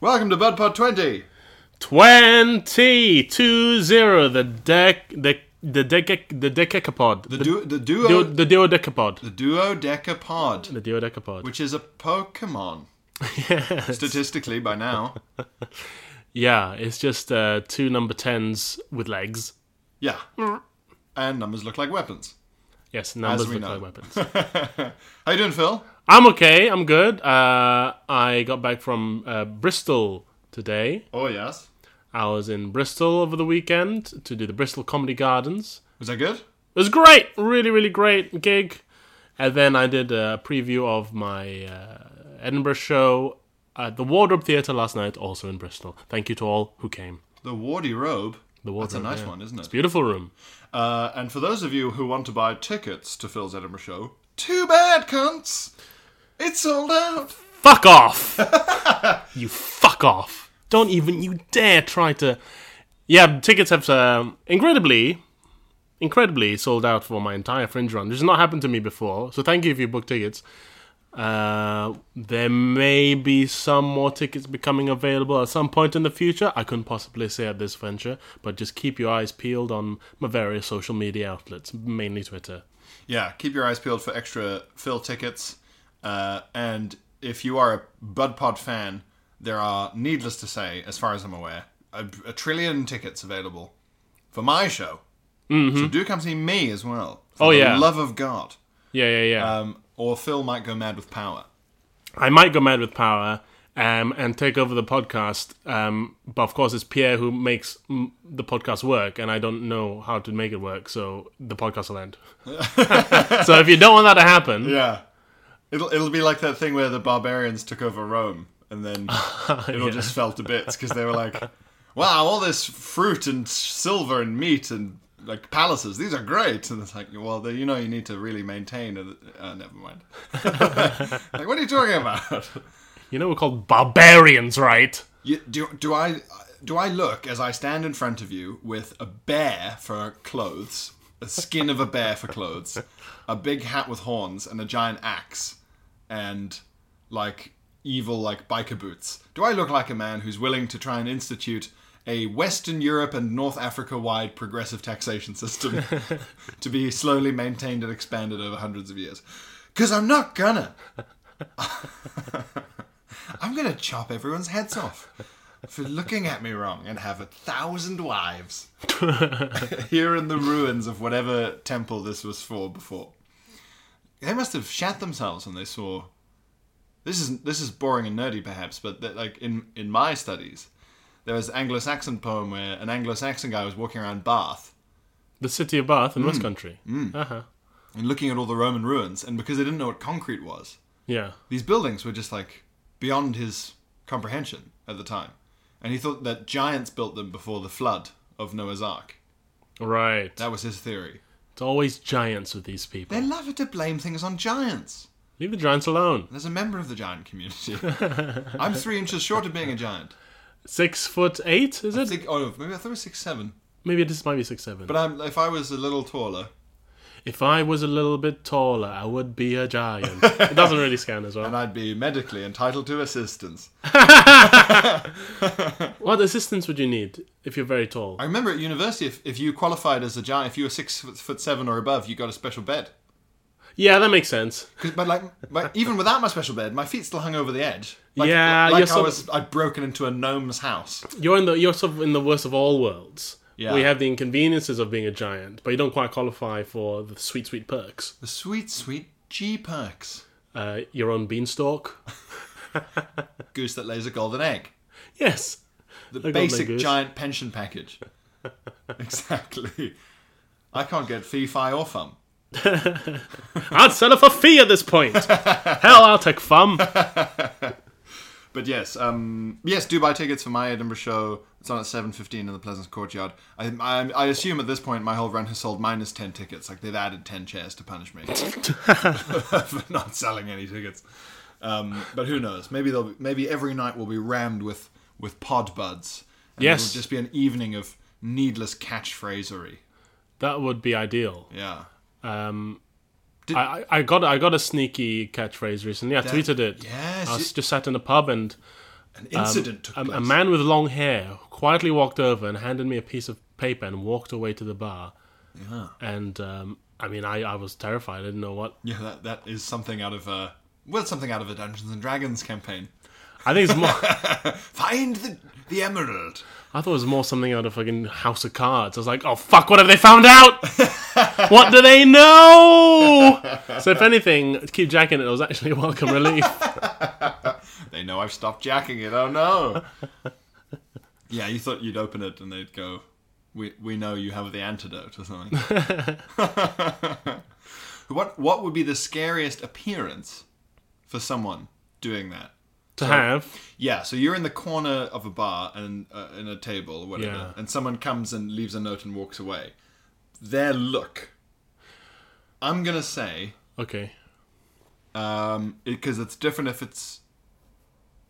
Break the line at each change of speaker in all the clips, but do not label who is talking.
Welcome to BudPod 20.
20 two zero the deck the the deca the decacapod
The, du- the duo
duo, the duodecapod
the duodecapod,
the duodecapod
which is a Pokemon. Statistically, by now,
yeah it's just uh two number 10s with legs
yeah, and numbers look like weapons.
yes numbers
we
look
know.
like weapons
How you doing, Phil?
i'm okay i'm good uh i got back from uh, bristol today
Oh yes,
i was in bristol over the weekend to do the bristol comedy gardens
was that good?
It was great, really, really great gig. And then I did a preview of my uh, Edinburgh show at the Wardrobe Theatre last night, also in Bristol. Thank you to all who came.
The Wardy robe.
The
That's a
Wardrobe,
nice
yeah.
one, isn't
It's a
it?
beautiful room.
Uh, and for those of you who want to buy tickets to Phil's Edinburgh show, too bad, cunts. It's sold out.
Fuck off! you fuck off! Don't even you dare try to. Yeah, tickets have um, incredibly, incredibly sold out for my entire Fringe run. This has not happened to me before, so thank you if you book tickets. Uh, there may be some more tickets becoming available at some point in the future. I couldn't possibly say at this venture, but just keep your eyes peeled on my various social media outlets, mainly Twitter.
Yeah, keep your eyes peeled for extra Phil tickets. Uh, and if you are a BudPod fan, there are, needless to say, as far as I'm aware, a, a trillion tickets available for my show. So do come see me as well. For
Mm-hmm. Oh,
the
yeah.
love of God.
Yeah, yeah, yeah.
Um, or Phil might go mad with power.
I might go mad with power um, and take over the podcast. Um, but of course, it's Pierre who makes mm, the podcast work, and I don't know how to make it work, so the podcast will end. so if you don't want that to happen,
Yeah. It'll, it'll be like that thing where the barbarians took over Rome and then it all just fell to bits because they were like, wow, all this fruit and s- silver and meat and like palaces, these are great. And it's like, well, the, you know, you need to really maintain. A, uh, never mind. like, what are you talking about?
you know we're called barbarians, right?
You, do, do I do I look as I stand in front of you with a bear for clothes, a skin of a bear for clothes, a big hat with horns, and a giant axe, and like evil like biker boots? Do I look like a man who's willing to try and institute a Western Europe and North Africa wide progressive taxation system to be slowly maintained and expanded over hundreds of years? Because I'm not gonna. I'm gonna chop everyone's heads off for looking at me wrong and have a thousand wives here in the ruins of whatever temple this was for before. They must have shat themselves when they saw. This is this is boring and nerdy perhaps, but that, like in in my studies, there was an Anglo-Saxon poem where an Anglo-Saxon guy was walking around Bath
The city of Bath in
Mm.
West Country. Uh-huh.
and looking at all the Roman ruins, and because they didn't know what concrete was,
Yeah.
these buildings were just like beyond his comprehension at the time. And he thought that giants built them before the flood of Noah's Ark.
Right.
That was his theory.
It's always giants with these
They
people.
love it to blame things on giants.
Leave the giants alone.
There's a member of the giant community. I'm three inches short of being a giant.
Six foot eight, is
I
it?
think, oh, maybe I thought it was six seven.
Maybe this might be six seven.
But I'm, if I was a little taller,
if I was a little bit taller, I would be a giant. it doesn't really scan as well.
and I'd be medically entitled to assistance.
What assistance would you need if you're very tall?
I remember at university, if, if you qualified as a giant, if you were six foot- foot seven or above, you got a special bed.
Yeah, that makes sense.
'Cause- But like, my, even without my special bed, my feet still hung over the edge. Like,
Yeah,
like
you're
I
so-
was. I'd broken into a gnome's house.
You're in the you're sort of in the worst of all worlds.
Yeah.
We have the inconveniences of being a giant, but you don't quite qualify for the sweet, sweet perks.
The sweet, sweet G perks.
Uh, your own beanstalk.
Goose that lays a golden egg.
Yes.
The
golden
basic
goose.
giant pension package. exactly. I can't get fee, fi, or fum.
I'd settle for fee at this point. Hell, I'll take fun.
But yes, um, yes, do buy tickets for my Edinburgh show. It's on at seven fifteen in the Pleasance Courtyard. I, I, I assume at this point my whole run has sold minus ten tickets. Like they've added ten chairs to punish me for not selling any tickets. Um, but who knows? Maybe they'll be- maybe every night will be rammed with with pod buds. And
Yes.
it'll just be an evening of needless catchphrasery.
That would be ideal.
Yeah.
I, I I got I got a sneaky catchphrase recently. I tweeted it.
yes,
I was
it-
just sat in a pub and
An incident took
a,
place.
a man with long hair quietly walked over and handed me a piece of paper and walked away to the bar. Yeah. And um, I mean, I, I was terrified. I didn't know what.
Yeah, that, that is something out of a well, something out of a Dungeons and Dragons campaign.
I think it's more.
Find the the emerald.
I thought it was more something out of fucking House of Cards. I was like, oh fuck, what have they found out? what do they know? so if anything, to keep jacking it, it was actually a welcome relief.
They know I've stopped jacking it. Oh no. yeah, you thought you'd open it and they'd go, "We we know you have the antidote or something." what what would be the scariest appearance for someone doing that?
to have.
Yeah, so you're in the corner of a bar and uh, in a table or whatever,
Yeah.
and someone comes and leaves a note and walks away. Their look. I'm gonna say
Okay.
um, because it's different if it's.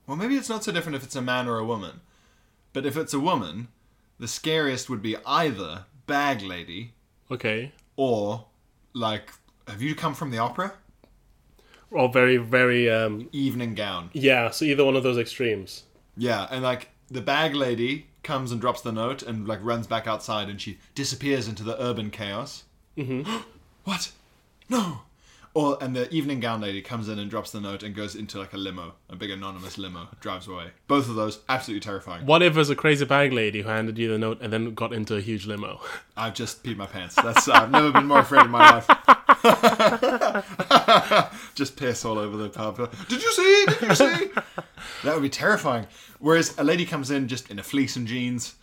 Well, maybe it's not so different if it's a man or a woman, but if it's a woman, the scariest would be either bag lady
Okay.
or like, have you come from the opera?
Or very, very um
Evening gown.
yeah, so either one of those extremes.
Yeah, and like the bag lady comes and drops the note and like runs back outside and she disappears into the urban chaos. Mm-hmm. what? No. Or and the evening gown lady comes in and drops the note and goes into like a limo, a big anonymous limo, drives away. Both of those absolutely terrifying.
What if it was a crazy bag lady who handed you the note and then got into a huge limo?
I've just peed my pants. That's I've never been more afraid in my life. just piss all over the pub. Did you see? Did you see? That would be terrifying. Whereas a lady comes in just in a fleece and jeans,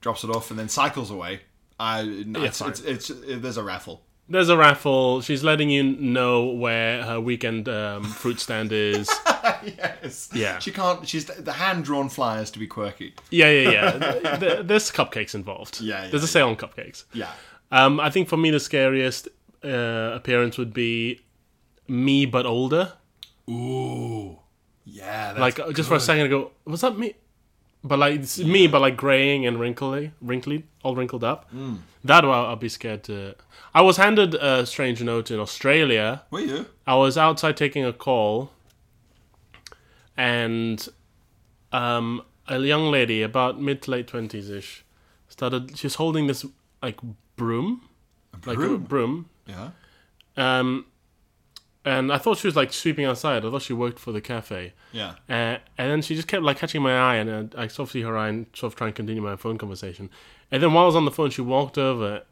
drops it off, and then cycles away. I no, it's,
fine.
it's, it's, it- there's a raffle.
There's a raffle. She's letting you know where her weekend um, fruit stand is.
Yes.
Yeah.
She can't. She's the hand drawn flyers to be quirky.
yeah, yeah, yeah. Th- There's cupcakes involved.
Yeah, yeah,
There's a sale on cupcakes.
Yeah.
Um, I think for me the scariest uh, appearance would be me but older.
Ooh. Yeah. That's,
Like uh, just for a second ago, was that me? But like it's me, but like graying and wrinkly, wrinkly, all wrinkled up.
Mm.
That I'll, I'll be scared to. I was handed a strange note in Australia.
were you?
I was outside taking a call, and um, a young lady, about mid to late twenties ish, started. She was holding this like broom, like a
broom?
broom,
Yeah.
um, and I thought she was like sweeping outside. I thought she worked for the cafe.
Yeah.
Uh, and then she just kept like catching my eye, and uh, I sort of see her eye and sort of try and continue my phone conversation. And then while I was on the phone, she walked over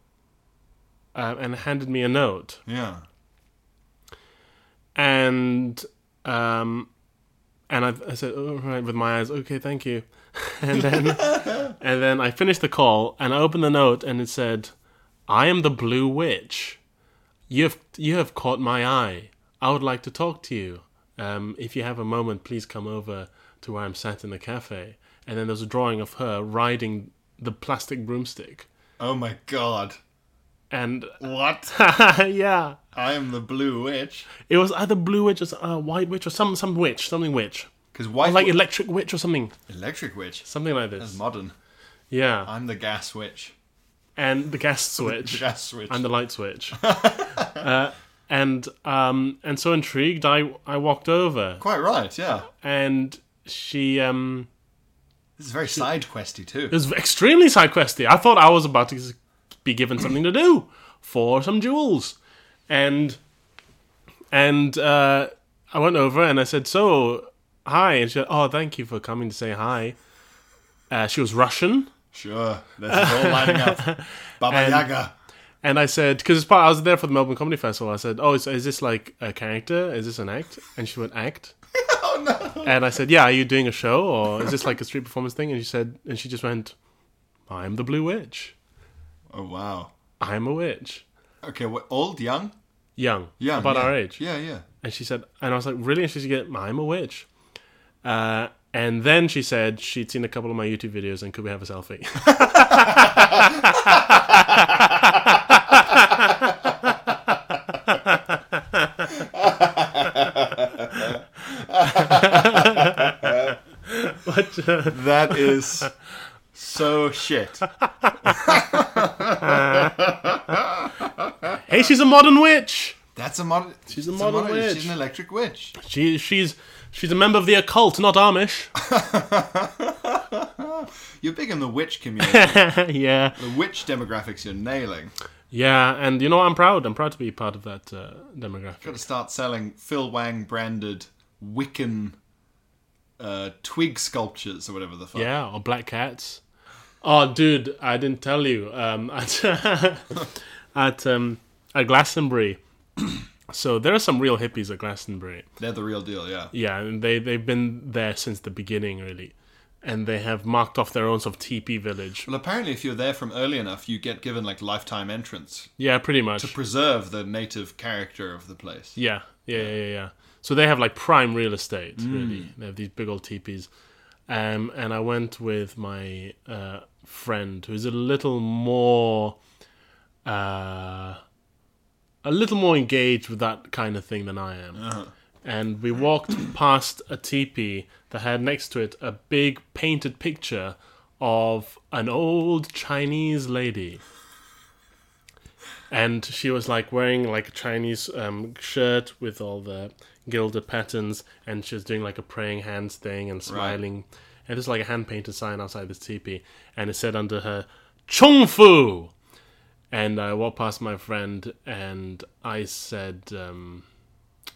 uh, and handed me a note.
Yeah.
And um, and I, I said, "All right," with my eyes, "Okay, thank you." And then and then I finished the call, and I opened the note, and it said, "I am the Blue Witch. You have you have caught my eye. I would like to talk to you. Um, if you have a moment, please come over to where I'm sat in the cafe." And then there's a drawing of her riding the plastic broomstick.
Oh my god.
And
What?
yeah,
I am the blue witch.
it was either Blue Witch or uh, White Witch or some some witch, something witch,
Because white
like Electric Witch or something,
electric witch.
something like
That's
this.
modern.
Yeah,
I'm the gas witch.
and the gas switch.
The gas witch.
and the light switch. uh, and um, and so intrigued, I I walked over,
Quite right, yeah.
and she um,
This is very side questy too.
it was extremely side questy. I thought I was about to be given something to do for some jewels, and and uh, I went over and I said, "So, hi," and she said, "Oh, thank you for coming to say hi." Uh, she was Russian.
Sure, this is all lining up. Baba Yaga.
And I said, because part I was there for the Melbourne Comedy Festival. I said, "Oh, so is this like a character? Is this an act?" And she went, "Act." oh no! And I said, "Yeah, are you doing a show or is this like a street performance thing?" And she said, and she just went, "I'm the Blue Witch.
Oh wow.
I'm a witch."
Okay, what, old, young?
young,
Yeah,
about
yeah.
our age.
Yeah, yeah.
And she said, and I was like, really? And she said, I'm a witch. Uh, and then she said she'd seen a couple of my YouTube videos and could we have a selfie? but, uh,
That is so shit.
hey, she's a modern witch.
That's a modern. She's
a modern witch.
She's an electric witch.
She, she's she's a member of the occult, not Amish.
You're big in the witch community.
yeah,
the witch demographics you're nailing.
yeah, and you know I'm proud. I'm proud to be part of that uh, demographic.
Got to start selling Phil Wang branded Wiccan uh, twig sculptures or whatever the fuck.
Yeah, or black cats. Oh, dude, I didn't tell you. Um, at at, um, at Glastonbury. so there are some real hippies at Glastonbury.
They're the real deal, yeah.
Yeah, and they they've been there since the beginning, really, and they have marked off their own sort of teepee village.
Well, apparently, if you're there from early enough, you get given like lifetime entrance
Yeah, pretty much.
to preserve the native character of the place.
Yeah, yeah, yeah, yeah. yeah. So they have like prime real estate, really. They have these big old teepees. Um, and I went with my uh, friend who's a little more, uh, a little more engaged with that kind of thing than I am. And we walked past a teepee that had next to it a big painted picture of an old Chinese lady and she was like wearing like a Chinese um, shirt with all the gilded patterns, and she was doing like a praying hands thing and smiling. And there's like a hand painted sign outside this teepee, and it said under her "Chung Fu." And I walked past my friend, and I said, um,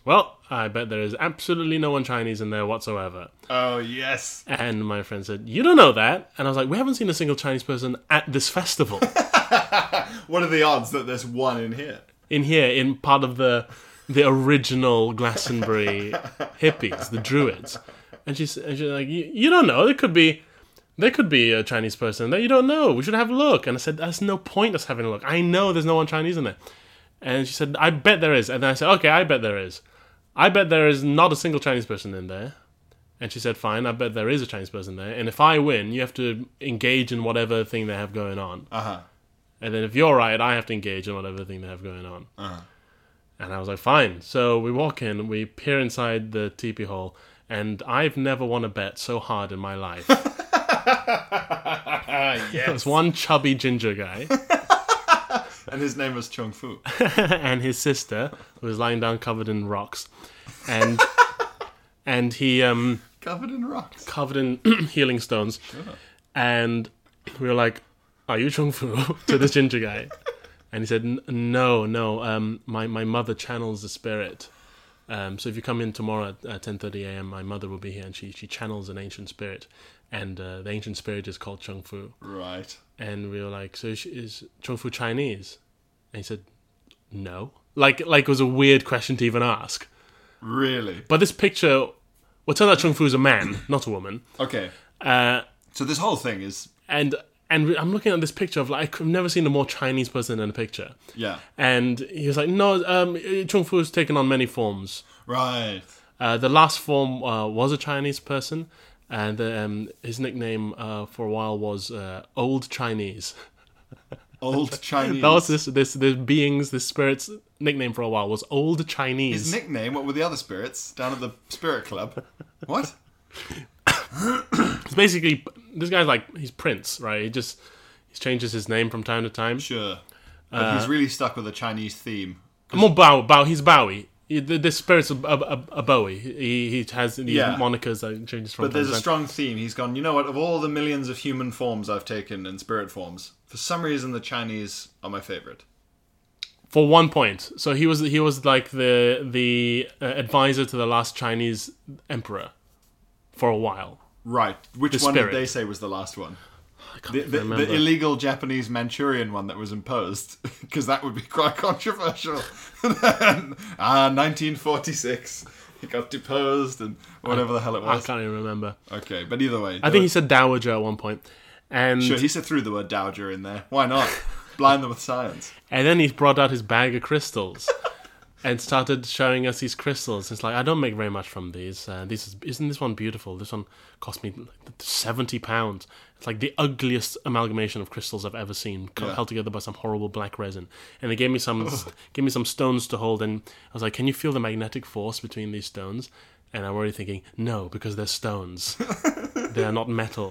"Well, I bet there is absolutely no one Chinese in there whatsoever."
Oh, yes.
And my friend said, "You don't know that," and I was like, "We haven't seen a single Chinese person at this festival."
What are the odds that there's one in here?
in here in part of the the original Glastonbury hippies, the Druids. And she's, and she's like, you, you don't know. There could be, there could be a Chinese person that you don't know. We should have a look. And I said, there's no point us having a look. I know there's no one Chinese in there. And she said, I bet there is. And then I said, okay, I bet there is. I bet there is not a single Chinese person in there. And she said, fine, I bet there is a Chinese person there. And if I win, you have to engage in whatever thing they have going on. And then if you're right, I have to engage in whatever thing they have going on. And I was like, fine. So we walk in, we peer inside the teepee hall, and I've never won a bet so hard in my life. There's one chubby ginger guy
And his name was Chung Fu.
and his sister who was lying down covered in rocks, and and he um.
Covered in rocks.
covered in healing stones. And we were like, Are you Chung Fu? to this ginger guy. And he said, "N- No, no, um, my, my mother channels the spirit. Um, so if you come in tomorrow at uh, 10.30 a.m., my mother will be here and she, she channels an ancient spirit. And uh, the ancient spirit is called Chung Fu.
Right.
And we were like, So is- is Chung Fu Chinese? And he said, No. Like, like it was a weird question to even ask.
Really?
But this picture, well, it turned out Chung Fu is a man, not a woman.
Okay.
Uh,
So this whole thing is.
and and I'm looking at this picture of like I've never seen a more Chinese person in a picture.
Yeah.
And he was like, no, um, Chung Fu has taken on many forms.
Right.
Uh, the last form uh, was a Chinese person, and um, his nickname uh, for a while was uh, Old Chinese.
Old Chinese.
That was this this this being's this spirit's nickname for a while was Old
His
Chinese.
nickname, what were the other spirits down at the spirit club? What?
it's basically this guy's like he's Prince, right? He just he changes his name from time to time.
Sure. But
Uh,
he's really stuck with a Chinese theme.
More Bow, Bow. He's Bowie. He- th- This spirit's a, a, a, a Bowie. He he has these
Yeah.
monikers that changes from.
But
time
there's a
to time.
strong theme. He's gone, you know what, of all the millions of human forms I've taken and spirit forms, for some reason the Chinese are my favorite.
for one point. So he was he was like the the uh, advisor to the last Chinese emperor for a while.
Right. Which
The
one
spirit.
did they say was the last one?
I can't
The,
even
the,
remember.
the illegal Japanese Manchurian one that was imposed, because that would be quite controversial. ah, 1946. He got deposed and whatever the hell it
I
was.
can't even remember.
Okay, but either way.
I think he said dowager at one point, and
Sure, he said threw the word dowager in there. Why not? Blind them with science.
and then he brought out his bag of crystals, and started showing us these crystals. It's like I don't make very much from these. Uh, this is isn't this one beautiful? This one cost me like seventy pounds. It's like the ugliest amalgamation of crystals I've ever seen, co- held together by some horrible black resin. And they gave me some gave me some stones to hold, and I was like, "Can you feel the magnetic force between these stones?" And I'm already thinking, "No, because they're stones. they are not metal."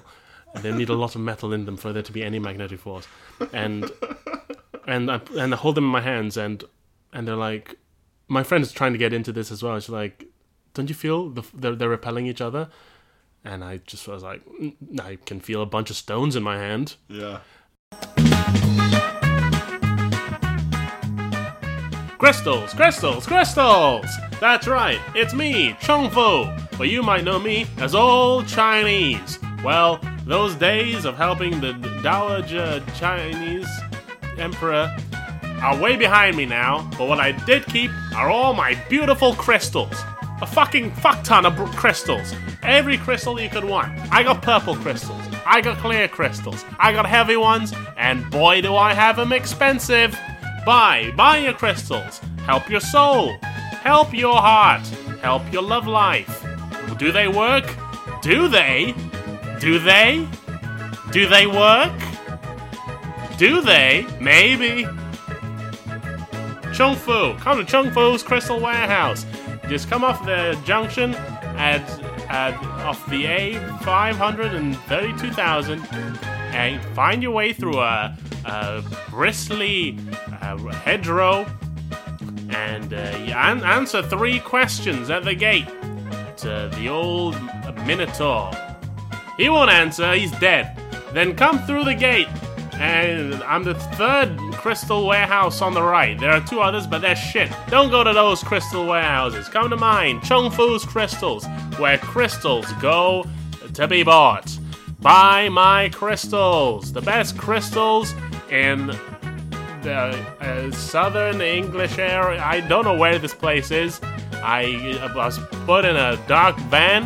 And They need a lot of metal in them for there to be any magnetic force, and and I and I hold them in my hands and and they're like, my friend is trying to get into this as well. She's like, don't you feel the, they're they're repelling each other? And I just was like, "Mm, I can feel a bunch of stones in my hand.
Yeah.
Crystals, crystals, crystals! That's right, it's me, Chongfu, but you might know me as Old Chinese. Well, those days of helping the Dowager Chinese Emperor are way behind me now, but what I did keep are all my beautiful crystals. A fucking fuck ton of br- crystals. Every crystal you could want. I got purple crystals, I got clear crystals, I got heavy ones, and boy do I have them expensive! Buy, buy your crystals. Help your soul. Help your heart. Help your love life. Do they work? Do they? Do they? Do they work? Do they? Maybe. Chung Fu, come to Chung Fu's Crystal Warehouse. Just come off the junction at, at off the A532000 and find your way through a, a bristly uh, hedgerow and uh, you an- answer three questions at the gate to uh, the old Minotaur. He won't answer, he's dead. Then come through the gate. And I'm the third crystal warehouse on the right. There are two others, but they're shit. Don't go to those crystal warehouses. Come to mine, Chung Fu's Crystals, where crystals go to be bought. Buy my crystals, the best crystals in the uh, southern English area. I don't know where this place is. I uh, was put in a dark van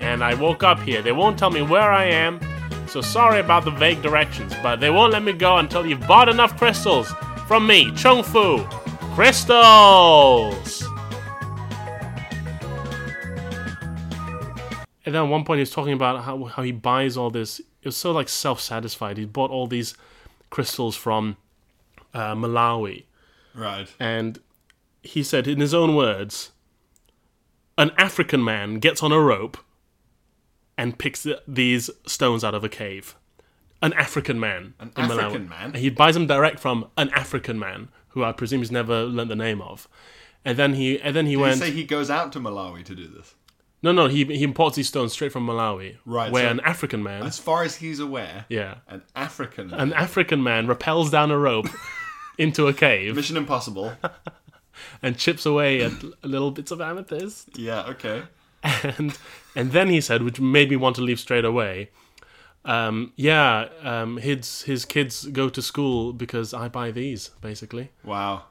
and I woke up here. They won't tell me where I am, so sorry about the vague directions, but they won't let me go until you've bought enough crystals from me, Chung Fu. Crystals! And then at one point, he's talking about how, how he buys all this. It was so like self satisfied. He bought all these crystals from uh, Malawi,
Right.
and he said, in his own words, an African man gets on a rope and picks th- these stones out of a cave. An African man.
An
in Malawi.
African man?
And he buys them direct from an African man, who I presume he's never learnt the name of. And then he, and then he
You
went.
say he goes out to Malawi to do this.
no, no, he he imports these stones straight from Malawi,
Right,
Where
so-
an African man,
As far as he's aware,
yeah,
an African
an African man rappels down a rope into a cave
Mission Impossible.
and chips away at l- little bits of amethyst.
yeah, okay.
and and then he said, which made me want to leave straight away. Um, yeah, um, his his kids go to school because I buy these basically,
Wow.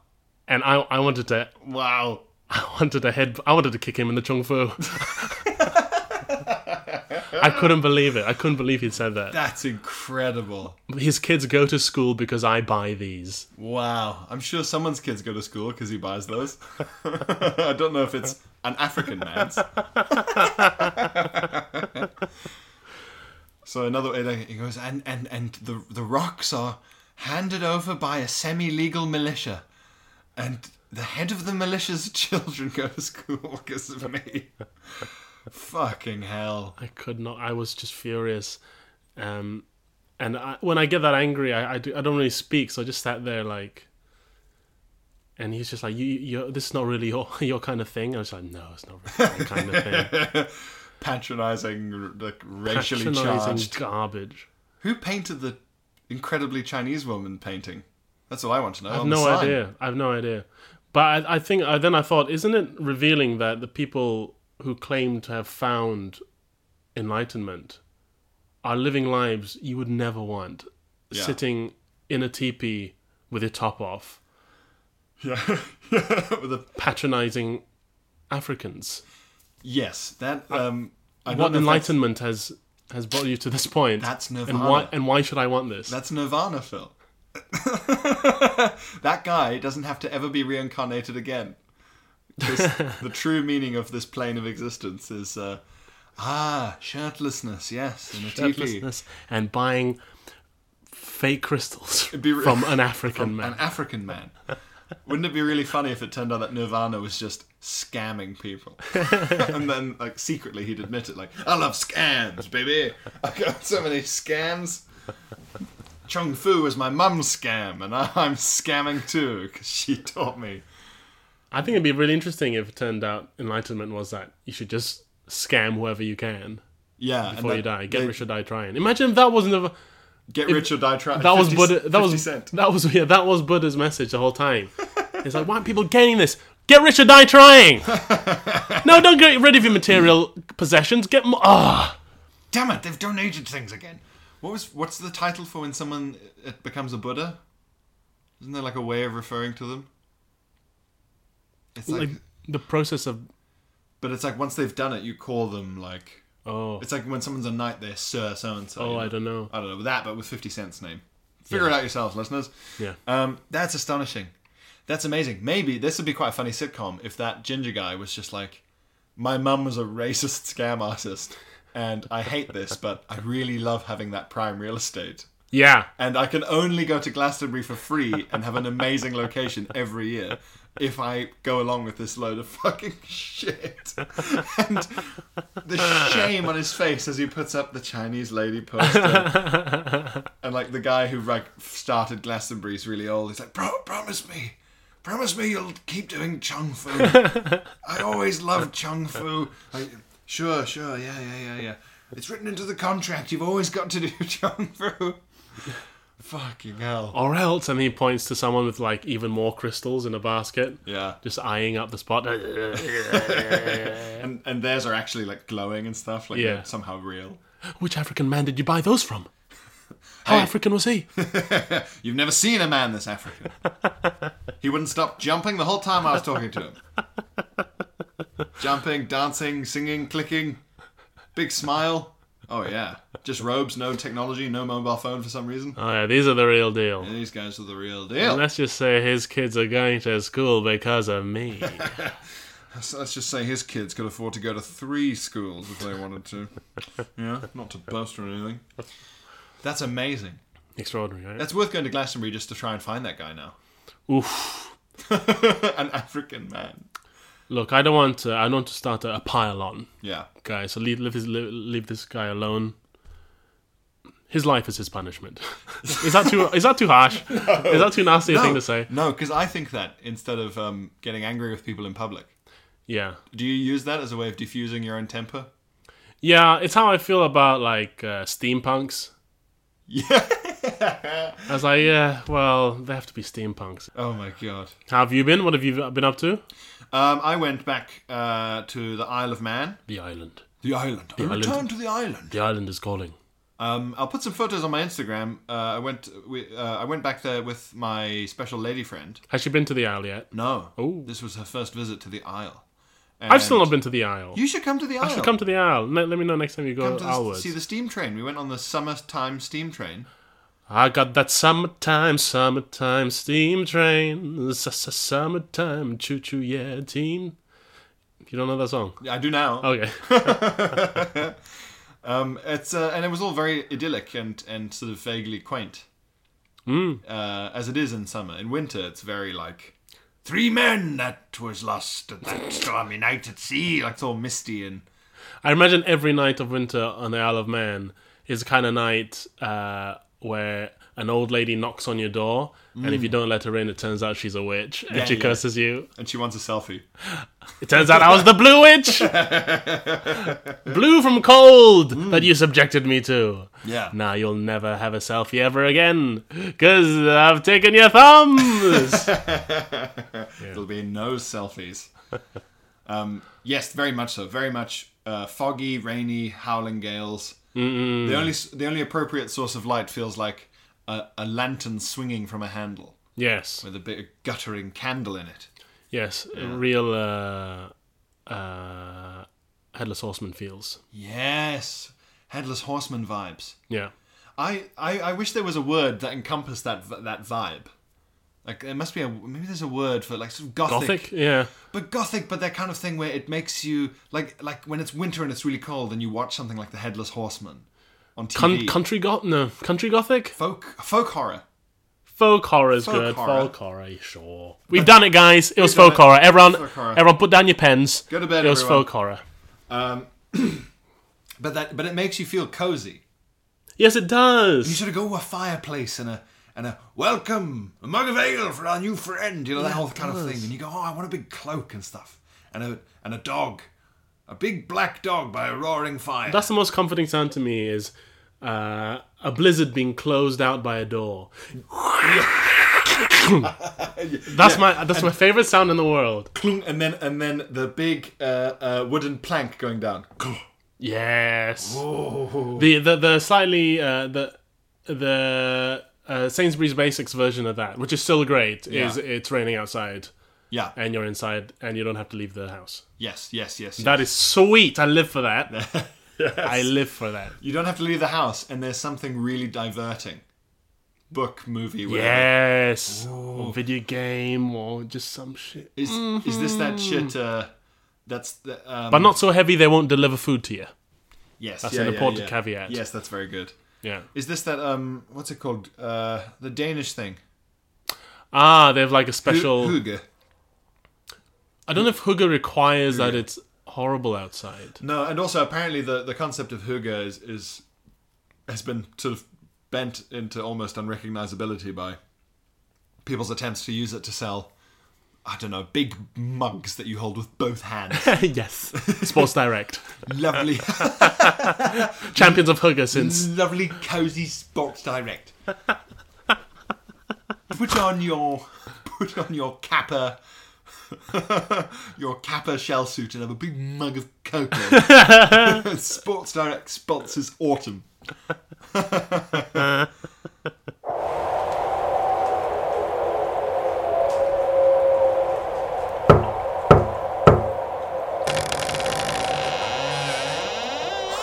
and I I wanted to
Wow.
I wanted to head I wanted to kick him in the chung fu. I couldn't believe it. I couldn't believe he'd said that.
That's incredible.
His kids go to school because I buy these.
Wow. I'm sure someone's kids go to school because he buys those. I don't know if it's an African man's. so another way that he goes, and, and, and the, the rocks are handed over by a semi legal militia. And the head of the militia's children go to school because of me. Fucking hell.
I could not. I was just furious, um, and I, when I get that angry, I I, do, I don't really speak. So I just sat there like, and he's just like, "You, you, this is not really your your kind of thing." I was like, "No, it's not really my kind of thing."
Patronizing, like racially charged.
Patronizing garbage.
Who painted the incredibly Chinese woman painting? That's all I want to know.
I have
on the
no
sign.
idea. I have no idea. But I, I think I, then I thought, isn't it revealing that the people who claim to have found enlightenment are living lives you would never want,
Yeah.
sitting in a teepee with your top off,
Yeah. With a-
patronizing Africans?
yes, that. Um, I
What
don't know if that's-
enlightenment has has brought you to this point?
That's
and
nirvana.
why and why should I want this?
That's Nirvana, Phil. that guy doesn't have to ever be reincarnated again.
This, the true meaning of this plane of existence is uh, ah shirtlessness. Yes, in a tiki.
Shirtlessness and buying fake crystals
be re-
from an African
from
man.
An African man. Wouldn't it be really funny if it turned out that Nirvana was just scamming people? and then, like, secretly he'd admit it, like, I love scams, baby. I got so many scams. Chung Fu is my mum's scam, and I'm scamming too, because she taught me.
I think it'd be really interesting if it turned out enlightenment was that you should just scam whoever you can
Yeah.
before you die. Get rich or die trying. Imagine if that wasn't a
Get rich or die trying.
that was
50
Buddha. That
50
was
cent.
that was yeah. That was Buddha's message the whole time. It's like why aren't people getting this? Get rich or die trying. no, don't get rid of your material possessions. Get more. Ah,
Damn it, they've donated things again. What was what's the title for when someone it becomes a Buddha? Isn't there like a way of referring to them? It's like,
like the process of
but it's like once they've done it, you call them like
oh
it's like when someone's a knight, they're Sir so and so.
oh I don't know.
I don't know that, but with Fifty Cent's name. Figure it out yourselves, listeners.
Yeah.
Um, that's astonishing. That's amazing. Maybe this would be quite a funny sitcom if that ginger guy was just like, my mum was a racist scam artist, and I hate this, but I really love having that prime real estate.
Yeah.
And I can only go to Glastonbury for free and have an amazing location every year if I go along with this load of fucking shit. And the shame on his face as he puts up the Chinese lady poster. and like the guy who like started Glastonbury's really old. He's like, Pro- promise me. Promise me you'll keep doing Chung Fu. I always loved Chung Fu. I, sure, sure, yeah, yeah, yeah, yeah. It's written into the contract. You've always got to do Chung Fu. Fucking hell.
Or else, and he points to someone with like even more crystals in a basket.
Yeah.
Just eyeing up the spot.
And and theirs are actually like glowing and stuff, like
Yeah.
they're somehow real.
Which African man did you buy those from? How African was he?
You've never seen a man this African. he wouldn't stop jumping the whole time I was talking to him. jumping, dancing, singing, clicking, big smile. Oh yeah. Just robes, no technology, no mobile phone for some reason.
Oh yeah, these are the real deal.
These guys are the real deal.
Let's just say his kids are going to school because of me.
So let's just say his kids could afford to go to three schools if they wanted to. Yeah, not to boast or anything. That's amazing.
Extraordinary, right?
That's worth going to Glastonbury just to try and find that guy now.
Oof.
An African man.
Look, I don't want to. I don't want to start a, a pile on,
Yeah.
guys. So leave, leave, this, leave, leave this guy alone. His life is his punishment. is that too? Is that too harsh? Is that too nasty a thing to say?
No, because I think that instead of um, getting angry with people in public,
Yeah,
do you use that as a way of diffusing your own temper?
yeah. It's how I feel about like uh, steampunks.
Yeah.
I was like, yeah, well, they have to be steampunks.
oh my god.
How have you been? What have you been up to?
Um, I went back uh, to the Isle of Man.
The island.
The island. I
island.
returned to the island.
The island is calling.
Um, I'll put some photos on my Instagram. Uh, I went. We, uh, I went back there with my special lady friend.
Has she been to the Isle yet?
No.
Ooh.
This was her first visit to the Isle.
I've still
And-
not been to the Isle.
You should come to the Isle.
I should come to the Isle. Let, let me know next time you go
Come to
outwards.
see the steam train. We went on the summertime steam train.
I got that summertime, summertime steam train. S- s- Summertime, choo choo, yeah, team. You don't know that song?
Yeah, I do now.
Okay.
Um, it's uh, and it was all very idyllic and and sort of vaguely quaint, uh, as it is in summer. In winter, it's very like three men that was lost at that stormy night at sea. Like it's all misty and
I imagine every night of winter on the Isle of Man is the kind of night uh, where an old lady knocks on your door, and if you don't let her in, it turns out she's a witch, and
Mm. Yeah,
she
yeah.
curses you.
and she wants a selfie.
It turns out I was the Blue Witch! Blue from cold that you subjected me to.
Hmm. Yeah.
Now you'll never have a selfie ever again, because I've taken your thumbs.
There'll be no selfies. um, yes, very much so. Very much uh, foggy, rainy, howling gales. The only the only appropriate source of light feels like a, a lantern swinging from a handle
yes,
with a bit of guttering candle in it.
yes, real uh, uh, headless horseman feels.
Yes, headless horseman vibes.
Yeah,
I, I, I wish there was a word that encompassed that v- that vibe. Like there must be a maybe there's a word for like sort of gothic,
Gothic? Yeah.
but gothic, but that kind of thing where it makes you like like when it's winter and it's really cold and you watch something like The Headless Horseman on TV.
Con- country goth? No. Country gothic?
folk folk horror.
Folk horror is
Folk
good.
horror.
Folk horror, sure. We've done it, guys. It was folk
done it.
horror. Everyone,
Folk horror.
everyone, put down your pens.
Go to bed,
It was
everyone.
folk horror.
Um, But that but it makes you feel cozy.
Yes, it
You
does.
sort of go to a fireplace and a and a welcome, a mug of ale for our new friend, you know, that whole kind of thing. And you go, Oh, I want a big cloak and stuff. And a and a dog. A big black dog by a roaring fire.
That's the most comforting sound to me is uh, a blizzard being closed out by a door. that's my that's my favorite sound in the world.
Clunk, and then and then the big uh, uh, wooden plank going down.
Yes. The, the the slightly uh, the the uh, Sainsbury's Basics version of that, which is still great, is
Yeah.
it's raining outside
Yeah.
and you're inside and you don't have to leave the house.
Yes, yes, yes.
That is sweet. I live for that. I live for that.
you don't have to leave the house, and there's something really diverting. Book, movie, whatever.
Yes. Or video game or just some shit.
Is is this that shit? Uh, that's the. Um,
But not so heavy they won't deliver food to you.
yes,
that's
yeah,
an
yeah,
important
yeah.
caveat.
Yes, that's very good.
Yeah.
Is this that um? What's it called? Uh, the Danish thing.
Ah, they have like a
Hu-
special.
hygge.
I don't know if Hygge requires that it's horrible outside.
No, and also apparently the the concept of hygge is is has been sort of bent into almost unrecognizability by people's attempts to use it to sell. I don't know, big mugs that you hold with both hands.
yes. Sports Direct.
lovely,
Champions of Hygge since.
lovely, cozy sports direct. Put on your, put on your kappa, your kappa shell suit, and have a big mug of cocoa. sports direct sponsors autumn.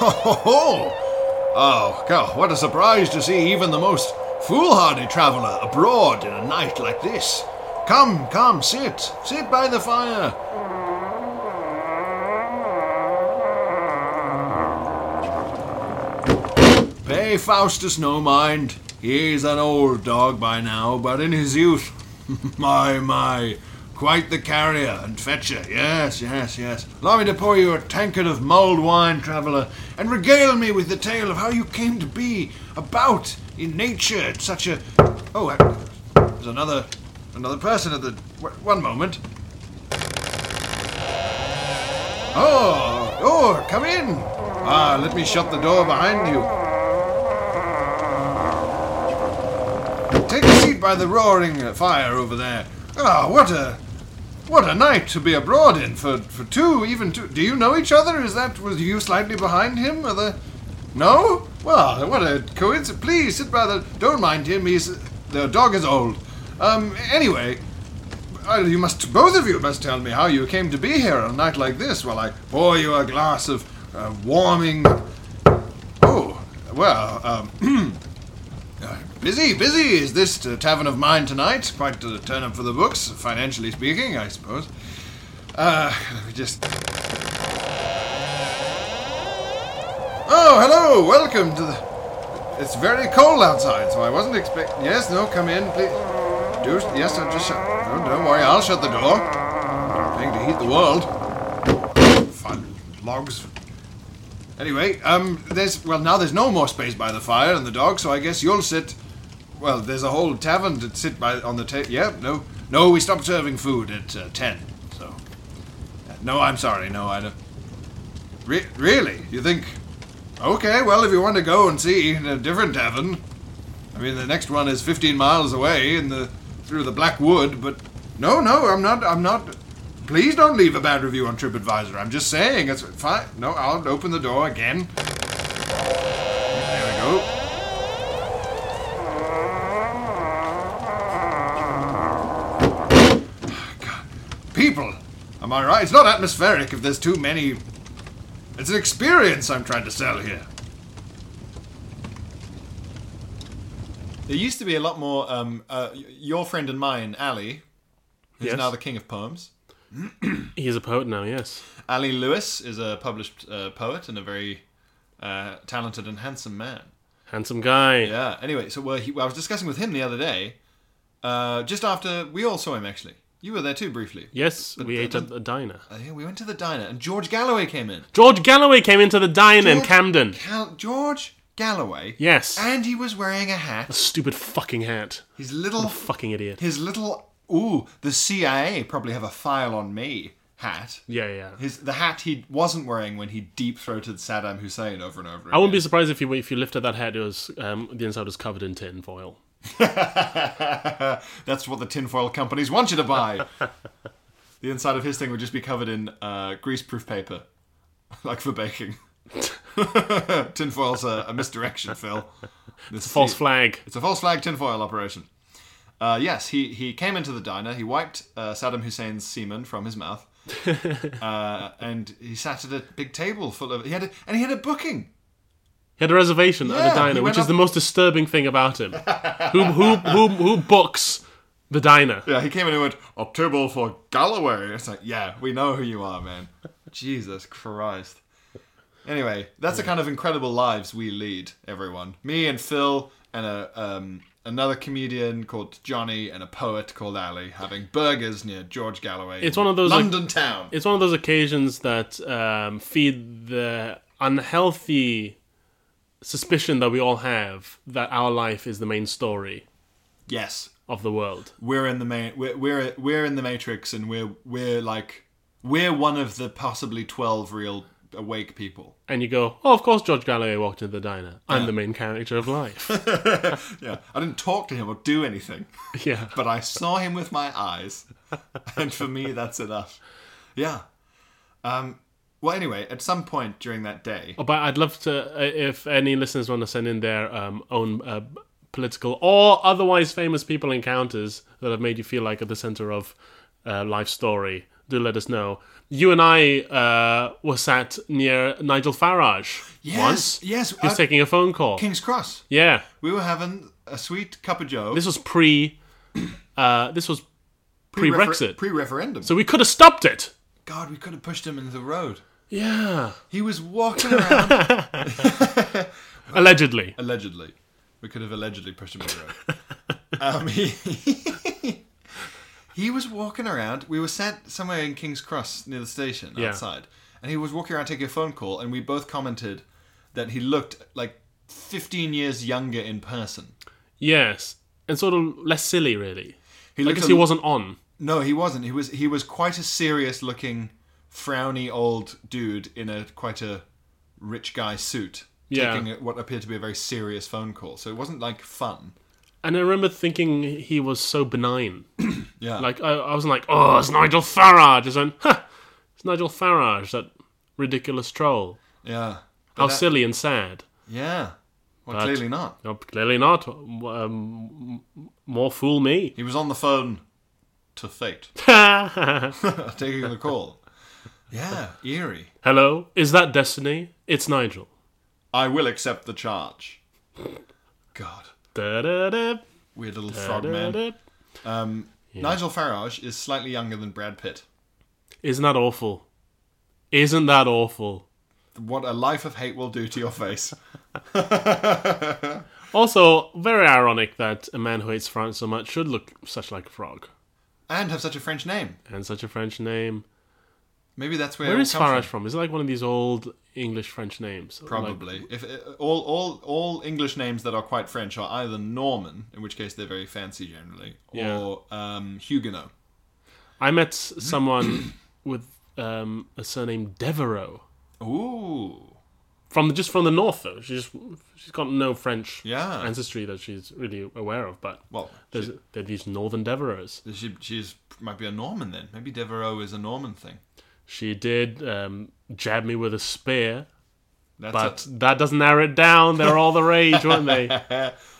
Oh, oh, God, what a surprise to see even the most foolhardy traveller abroad in a night like this. Come, come, sit, sit by the fire. Pay Faustus no mind. He's an old dog by now, but in his youth, my, my, quite the carrier and fetcher. Yes, yes, yes. Allow me to pour you a tankard of mulled wine, traveller, and regale me with the tale of how you came to be about in nature at such a. Oh, uh, there's another, another person at the. w- One moment. Oh, oh, come in. Ah, let me shut the door behind you. Take a seat by the roaring uh, fire over there. Ah, what a what a night to be abroad in for for two, even two. Do you know each other? Is that was you slightly behind him? Or the no? Well, what a coincidence! Please sit by the. Don't mind him. He's the dog is old. Um. Anyway, uh, you must both of you must tell me how you came to be here on a night like this. While I pour you a glass of uh, warming. Oh, well. Um, Busy, busy is this uh, tavern of mine tonight. Quite a turn up for the books, financially speaking, I suppose. Uh, let me just. Oh, hello! Welcome to the. It's very cold outside, so I wasn't expecting. Yes, no, come in, please. Do yes, I just shut. No, don't worry, I'll shut the door. Thing to heat the world. Fun logs Anyway, um, there's well now there's no more space by the fire and the dog, so I guess you'll sit. Well, there's a whole tavern to sit by on the table. Yeah, no, no, we stopped serving food at uh, ten. So, uh, no, I'm sorry, no, I don't. Re- really, you think? Okay, well, if you want to go and see in a different tavern, I mean the next one is 15 miles away in the through the black wood. But no, no, I'm not. I'm not. Please don't leave a bad review on TripAdvisor. I'm just saying it's fine. No, I'll open the door again. There we go. God. People, am I right? It's not atmospheric if there's too many. It's an experience I'm trying to sell here.
There used to be a lot more. Um, uh, y- your friend and mine, Ali, who's
Yes.
now the king of poems.
He is a poet now, yes.
Ali Lewis is a published uh, poet and a very uh, talented and handsome man.
Handsome guy.
Yeah. Anyway, so well, he, well, I was discussing with him the other day, uh, just after we all saw him. Actually, you were there too briefly.
Yes, we ate at
doesn't-
a diner.
Uh, yeah, we went to the diner and George Galloway came in.
George Galloway came into the diner in
George
Camden.
Cal- George Galloway.
Yes.
And he was wearing a hat.
Stupid fucking hat.
His little
Fucking idiot.
his little ooh, the CIA probably have a file on me hat.
Yeah, yeah.
His the hat he wasn't wearing when he deep throated Saddam Hussein over and over again.
I wouldn't be surprised if you if you lifted that hat, it was um, the inside was covered in tin foil.
That's what the tinfoil companies want you to buy. the inside of his thing would just be covered in uh, greaseproof paper, like for baking. Tinfoil's a, a misdirection, Phil. This
False flag.
It's a false flag tinfoil operation. Uh, yes, he, he came into the diner. He wiped uh, Saddam Hussein's semen from his mouth, uh, and he sat at a big table full of. He had a, and he had a booking.
He had a reservation at
Yeah,
a
he
diner, which
went
is
up-
the most disturbing thing about him. who, who, who, who books the diner?
Yeah, he came in and went a table for Galloway. It's like, yeah, we know who you are, man. Jesus Christ. Anyway, that's the kind of incredible lives we lead, everyone. Me and Phil and a um, another comedian called Johnny and a poet called Ali having burgers near George Galloway.
It's
in
one of those, like-
London town.
It's one of those occasions that um, feed the unhealthy suspicion that we all have that our life is the main story
Yes,
of the world.
we're in the ma- we're, we're we're in the Matrix, and we're we're like we're one of the possibly twelve real awake people.
And you go, oh, of course, George Galloway walked into the diner. I'm the main character of life.
Yeah, I didn't talk to him or do anything.
yeah.
but I saw him with my eyes, and for me, that's enough. Yeah. Um. Well, anyway, at some point during that day,
Oh, but I'd love to, uh, if any listeners want to send in their um, own uh, political or otherwise famous people encounters that have made you feel like at the center of uh, life story, do let us know. You and I uh, were sat near Nigel Farage
Yes,
once.
yes, uh,
He was
I-
taking a phone call.
King's Cross,
yeah.
we were having a sweet cup of Joe.
This was pre. Uh, this was pre Brexit.
pre-referendum.
so we could have stopped it.
God, we could have pushed him into the road.
Yeah.
He was walking around.
Allegedly.
allegedly, we could have allegedly pushed him into the road. Um, he. He was walking around. We were sat somewhere in King's Cross near the station
Yeah.
outside, and he was walking around taking a phone call. And we both commented that he looked like 15 years younger in person.
Yes. And sort of less silly, really.
He
I
looked
guess
a-
he wasn't on.
No, he wasn't. He was he was quite a serious looking, frowny old dude in a quite a rich guy suit,
Yeah.
taking a- what appeared to be a very serious phone call. So it wasn't like fun.
And I remember thinking he was so benign.
Yeah,
Like I, I wasn't like, oh, it's Nigel Farage. I went, huh, it's Nigel Farage, that ridiculous troll.
yeah,
How silly and sad.
yeah. Well, clearly not.
No, clearly not. Um, more fool me.
He was on the phone to fate, taking the call. Yeah, eerie.
Hello, is that destiny? It's Nigel.
I will accept the charge. God,
Da-da-da,
weird little frog man.
da-da-da.
Nigel Farage is slightly younger than Brad Pitt.
Isn't that awful? Isn't that awful?
What a life of hate will do to your face.
Also, very ironic that a man who hates France so much should look such like a frog
and have such a French name.
and such a French name.
Maybe that's where.
Where
it
is
comes
Farage from? Is it like one of these old English French names?
From. Probably. If uh, all all all English names that are quite French are either Norman, in which case they're very fancy generally,
Yeah.
or um, Huguenot.
I met s- someone with um, a surname Devereux
Ooh.
from the, just from the north though. She just she's got no French
Yeah.
ancestry that she's really aware of. But
Well,
there's, there are these northern Devereux's.
She she's might be a Norman then. Maybe Devereux is a Norman thing.
She did um, jab me with a spear,
That's
but
a-
that doesn't narrow it down. They're all the rage, weren't they?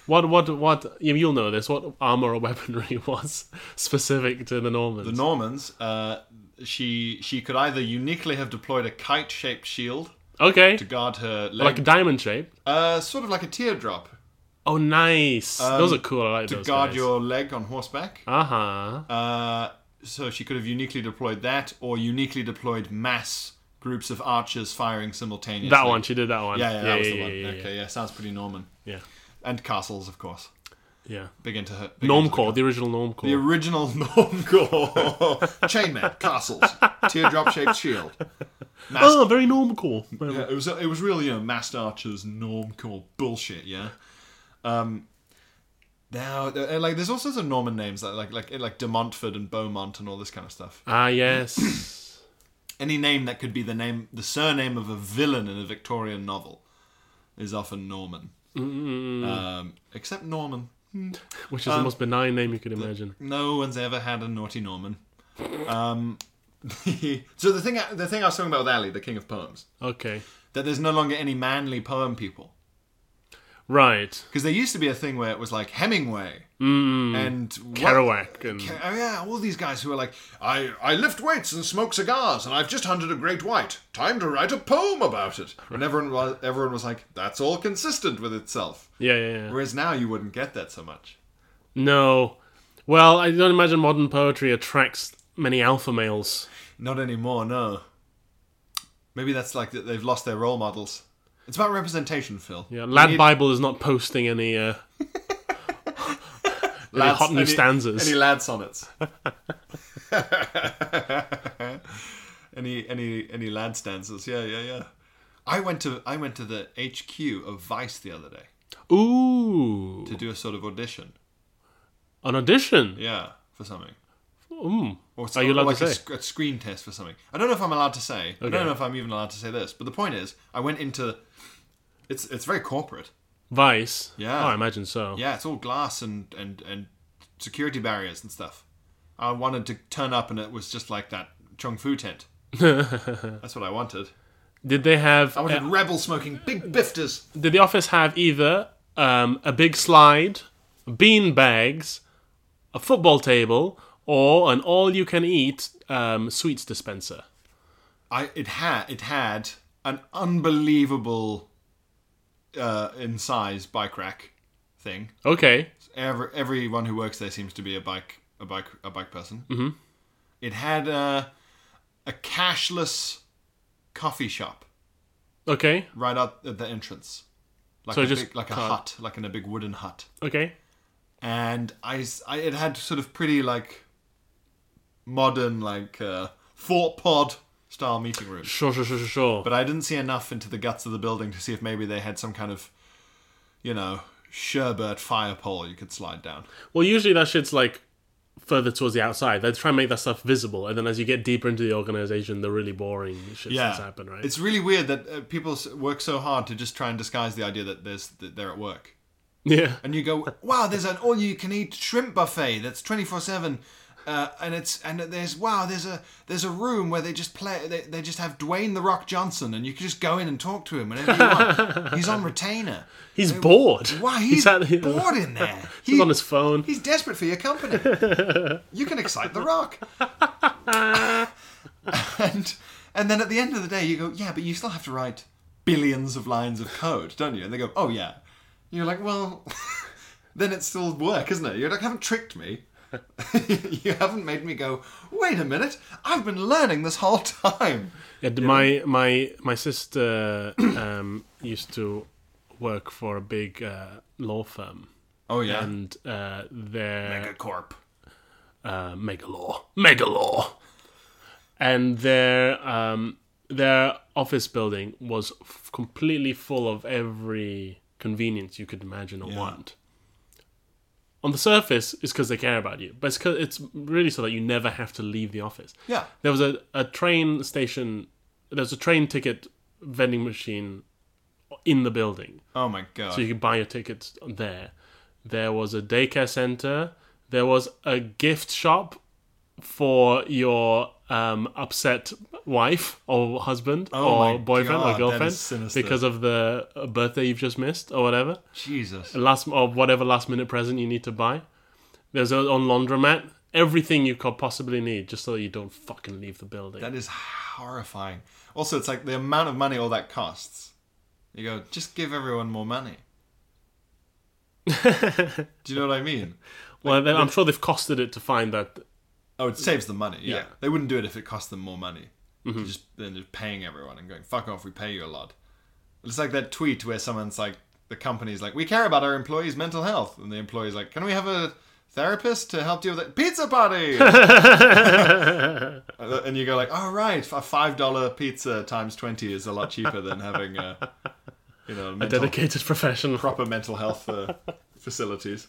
What what what? You, you'll know this. What armor or weaponry was specific to the Normans?
the Normans. Uh, she she could either uniquely have deployed a kite shaped shield
okay,
to guard her leg,
like a diamond shape.
uh, sort of like a teardrop.
Oh, nice. those are cool. I like
Um, to
those.
guard
guys.
your leg on horseback.
Uh huh.
Uh, so she could have uniquely deployed that, or uniquely deployed mass groups of archers firing simultaneously.
That one. She did that one.
Yeah, yeah, that was the one.
yeah, yeah,
okay, yeah, sounds pretty Norman.
yeah.
And castles, of course.
Yeah.
Big into her. big
Norm
into the
Core, the original Norm Core.
The original Normcore. Chainmail, castles, teardrop shaped shield.
oh, very Norm Core.
Yeah, it was it was really you know, masked archers Normcore bullshit, yeah. Um, now uh, like there's all sorts of Norman names like like like like De Montfort and Beaumont and all this kind of stuff.
Ah, yes.
Any name that could be the name the surname of a villain in a Victorian novel is often Norman. Um, except Norman.
Which is the
Um,
most benign name you could imagine.
No one's ever had a naughty Norman. Um, so the thing, I- the thing I was talking about with Ali, the king of poems,
Okay.
that there's no longer any manly poem people
Right.
because there used to be a thing where it was like Hemingway and what-
Kerouac. And,
Ke- oh yeah, all these guys who are like, I I lift weights and smoke cigars, and I've just hunted a great white. Time to write a poem about it. And everyone was, everyone was like, that's all consistent with itself.
yeah, yeah, yeah.
Whereas now you wouldn't get that so much.
No. Well, I don't imagine modern poetry attracts many alpha males.
Not anymore, no. Maybe that's like that they've lost their role models. It's about representation, Phil.
Yeah, Lad Bible is not posting any uh, any hot new stanzas.
Any lad sonnets. any any any lad stanzas. Yeah, yeah, yeah. I went to I went to the HQ of Vice the other day
Ooh,
to do a sort of audition.
an audition.
Yeah, for something.
Mm.
Or
Are you allowed
like
to
a
say?
sc- A, screen test for something. I don't know if I'm allowed to say. I
Okay.
don't know if I'm even allowed to say this. But the point is, I went into. It's it's very corporate.
Vice.
Yeah.
Oh, I imagine so.
Yeah, it's all glass and and and security barriers and stuff. I wanted to turn up and it was just like that Chung Fu tent. That's what I wanted.
Did they have?
I wanted
uh,
rebels smoking big bifters.
did the office have either um, a big slide, bean bags, a football table, or an all-you-can-eat um, sweets dispenser?
I it had it had an unbelievable uh, in size bike rack thing.
Okay.
Every, everyone who works there seems to be a bike a bike a bike person. Mm-hmm. It had a, a cashless coffee shop.
Okay.
right out at the entrance, like
So
a
just
big, like a
cut.
hut, like in a big wooden hut.
Okay.
And I, s- I- it had sort of pretty like modern like uh, fort pod style meeting room.
Sure. Sure. Sure. Sure. Sure.
But I didn't see enough into the guts of the building to see if maybe they had some kind of, you know, sherbet fire pole you could slide down.
Well, usually that shit's like further towards the outside. They try and make that stuff visible, and then as you get deeper into the organization, the really boring shit starts to happen, right?
It's really weird that uh, people s- work so hard to just try and disguise the idea that there's that they're at work.
yeah.
and you go, "Wow, there's an all-you-can-eat shrimp buffet that's 24/7." Uh, and it's and there's wow there's a there's a room where they just play they, they just have Dwayne the Rock Johnson and you can just go in and talk to him whenever you want. he's on retainer.
He's bored.
Wow, he's,
at-
bored in there.
He's on his phone.
He's desperate for your company. you can excite the Rock. and and then at the end of the day, you go, yeah, but you still have to write billions of lines of code, don't you? And they go, oh yeah. You're like, well, then it's still work, isn't it? You're like, haven't tricked me. you haven't made me go. Wait a minute! I've been learning this whole time.
Yeah, d- my my my sister um, used to work for a big uh, law firm,
Oh yeah,
and uh, their
Megacorp.
uh, mega law, mega law, and their um, their office building was f- completely full of every convenience you could imagine or want. On the surface, it's because they care about you, but it's 'cause- it's really so that you never have to leave the office.
Yeah.
there was a, a train station, there was a train ticket vending machine in the building,
Oh my god.
so you could buy your tickets there. There was a daycare center. There was a gift shop for your um, upset wife or husband
Oh
or
my
boyfriend
God, that
or
is
girlfriend
sinister.
because of the uh, birthday you've just missed or whatever.
Jesus.
The last or whatever last minute present you need to buy. There's a on laundromat. Everything you could possibly need just so that you don't fucking leave the building.
That is horrifying. Also, it's like the amount of money all that costs. You go, just give everyone more money. Do you know what I mean?
Well, then I'm sure they've costed it to find that.
Oh, it saves them money. Yeah, Mm-hmm.
Yeah.
they wouldn't do it if it cost them more money. They're Just then just paying everyone and going fuck off. We pay you a lot. It's like that tweet where someone's like, the company's like, we care about our employees' mental health, and the employee's like, can we have a therapist to help deal with that pizza party? and you go like, all right, a five dollar pizza times twenty is a lot cheaper than having a, you know,
A
mental,
dedicated professional.
proper mental health uh, facilities.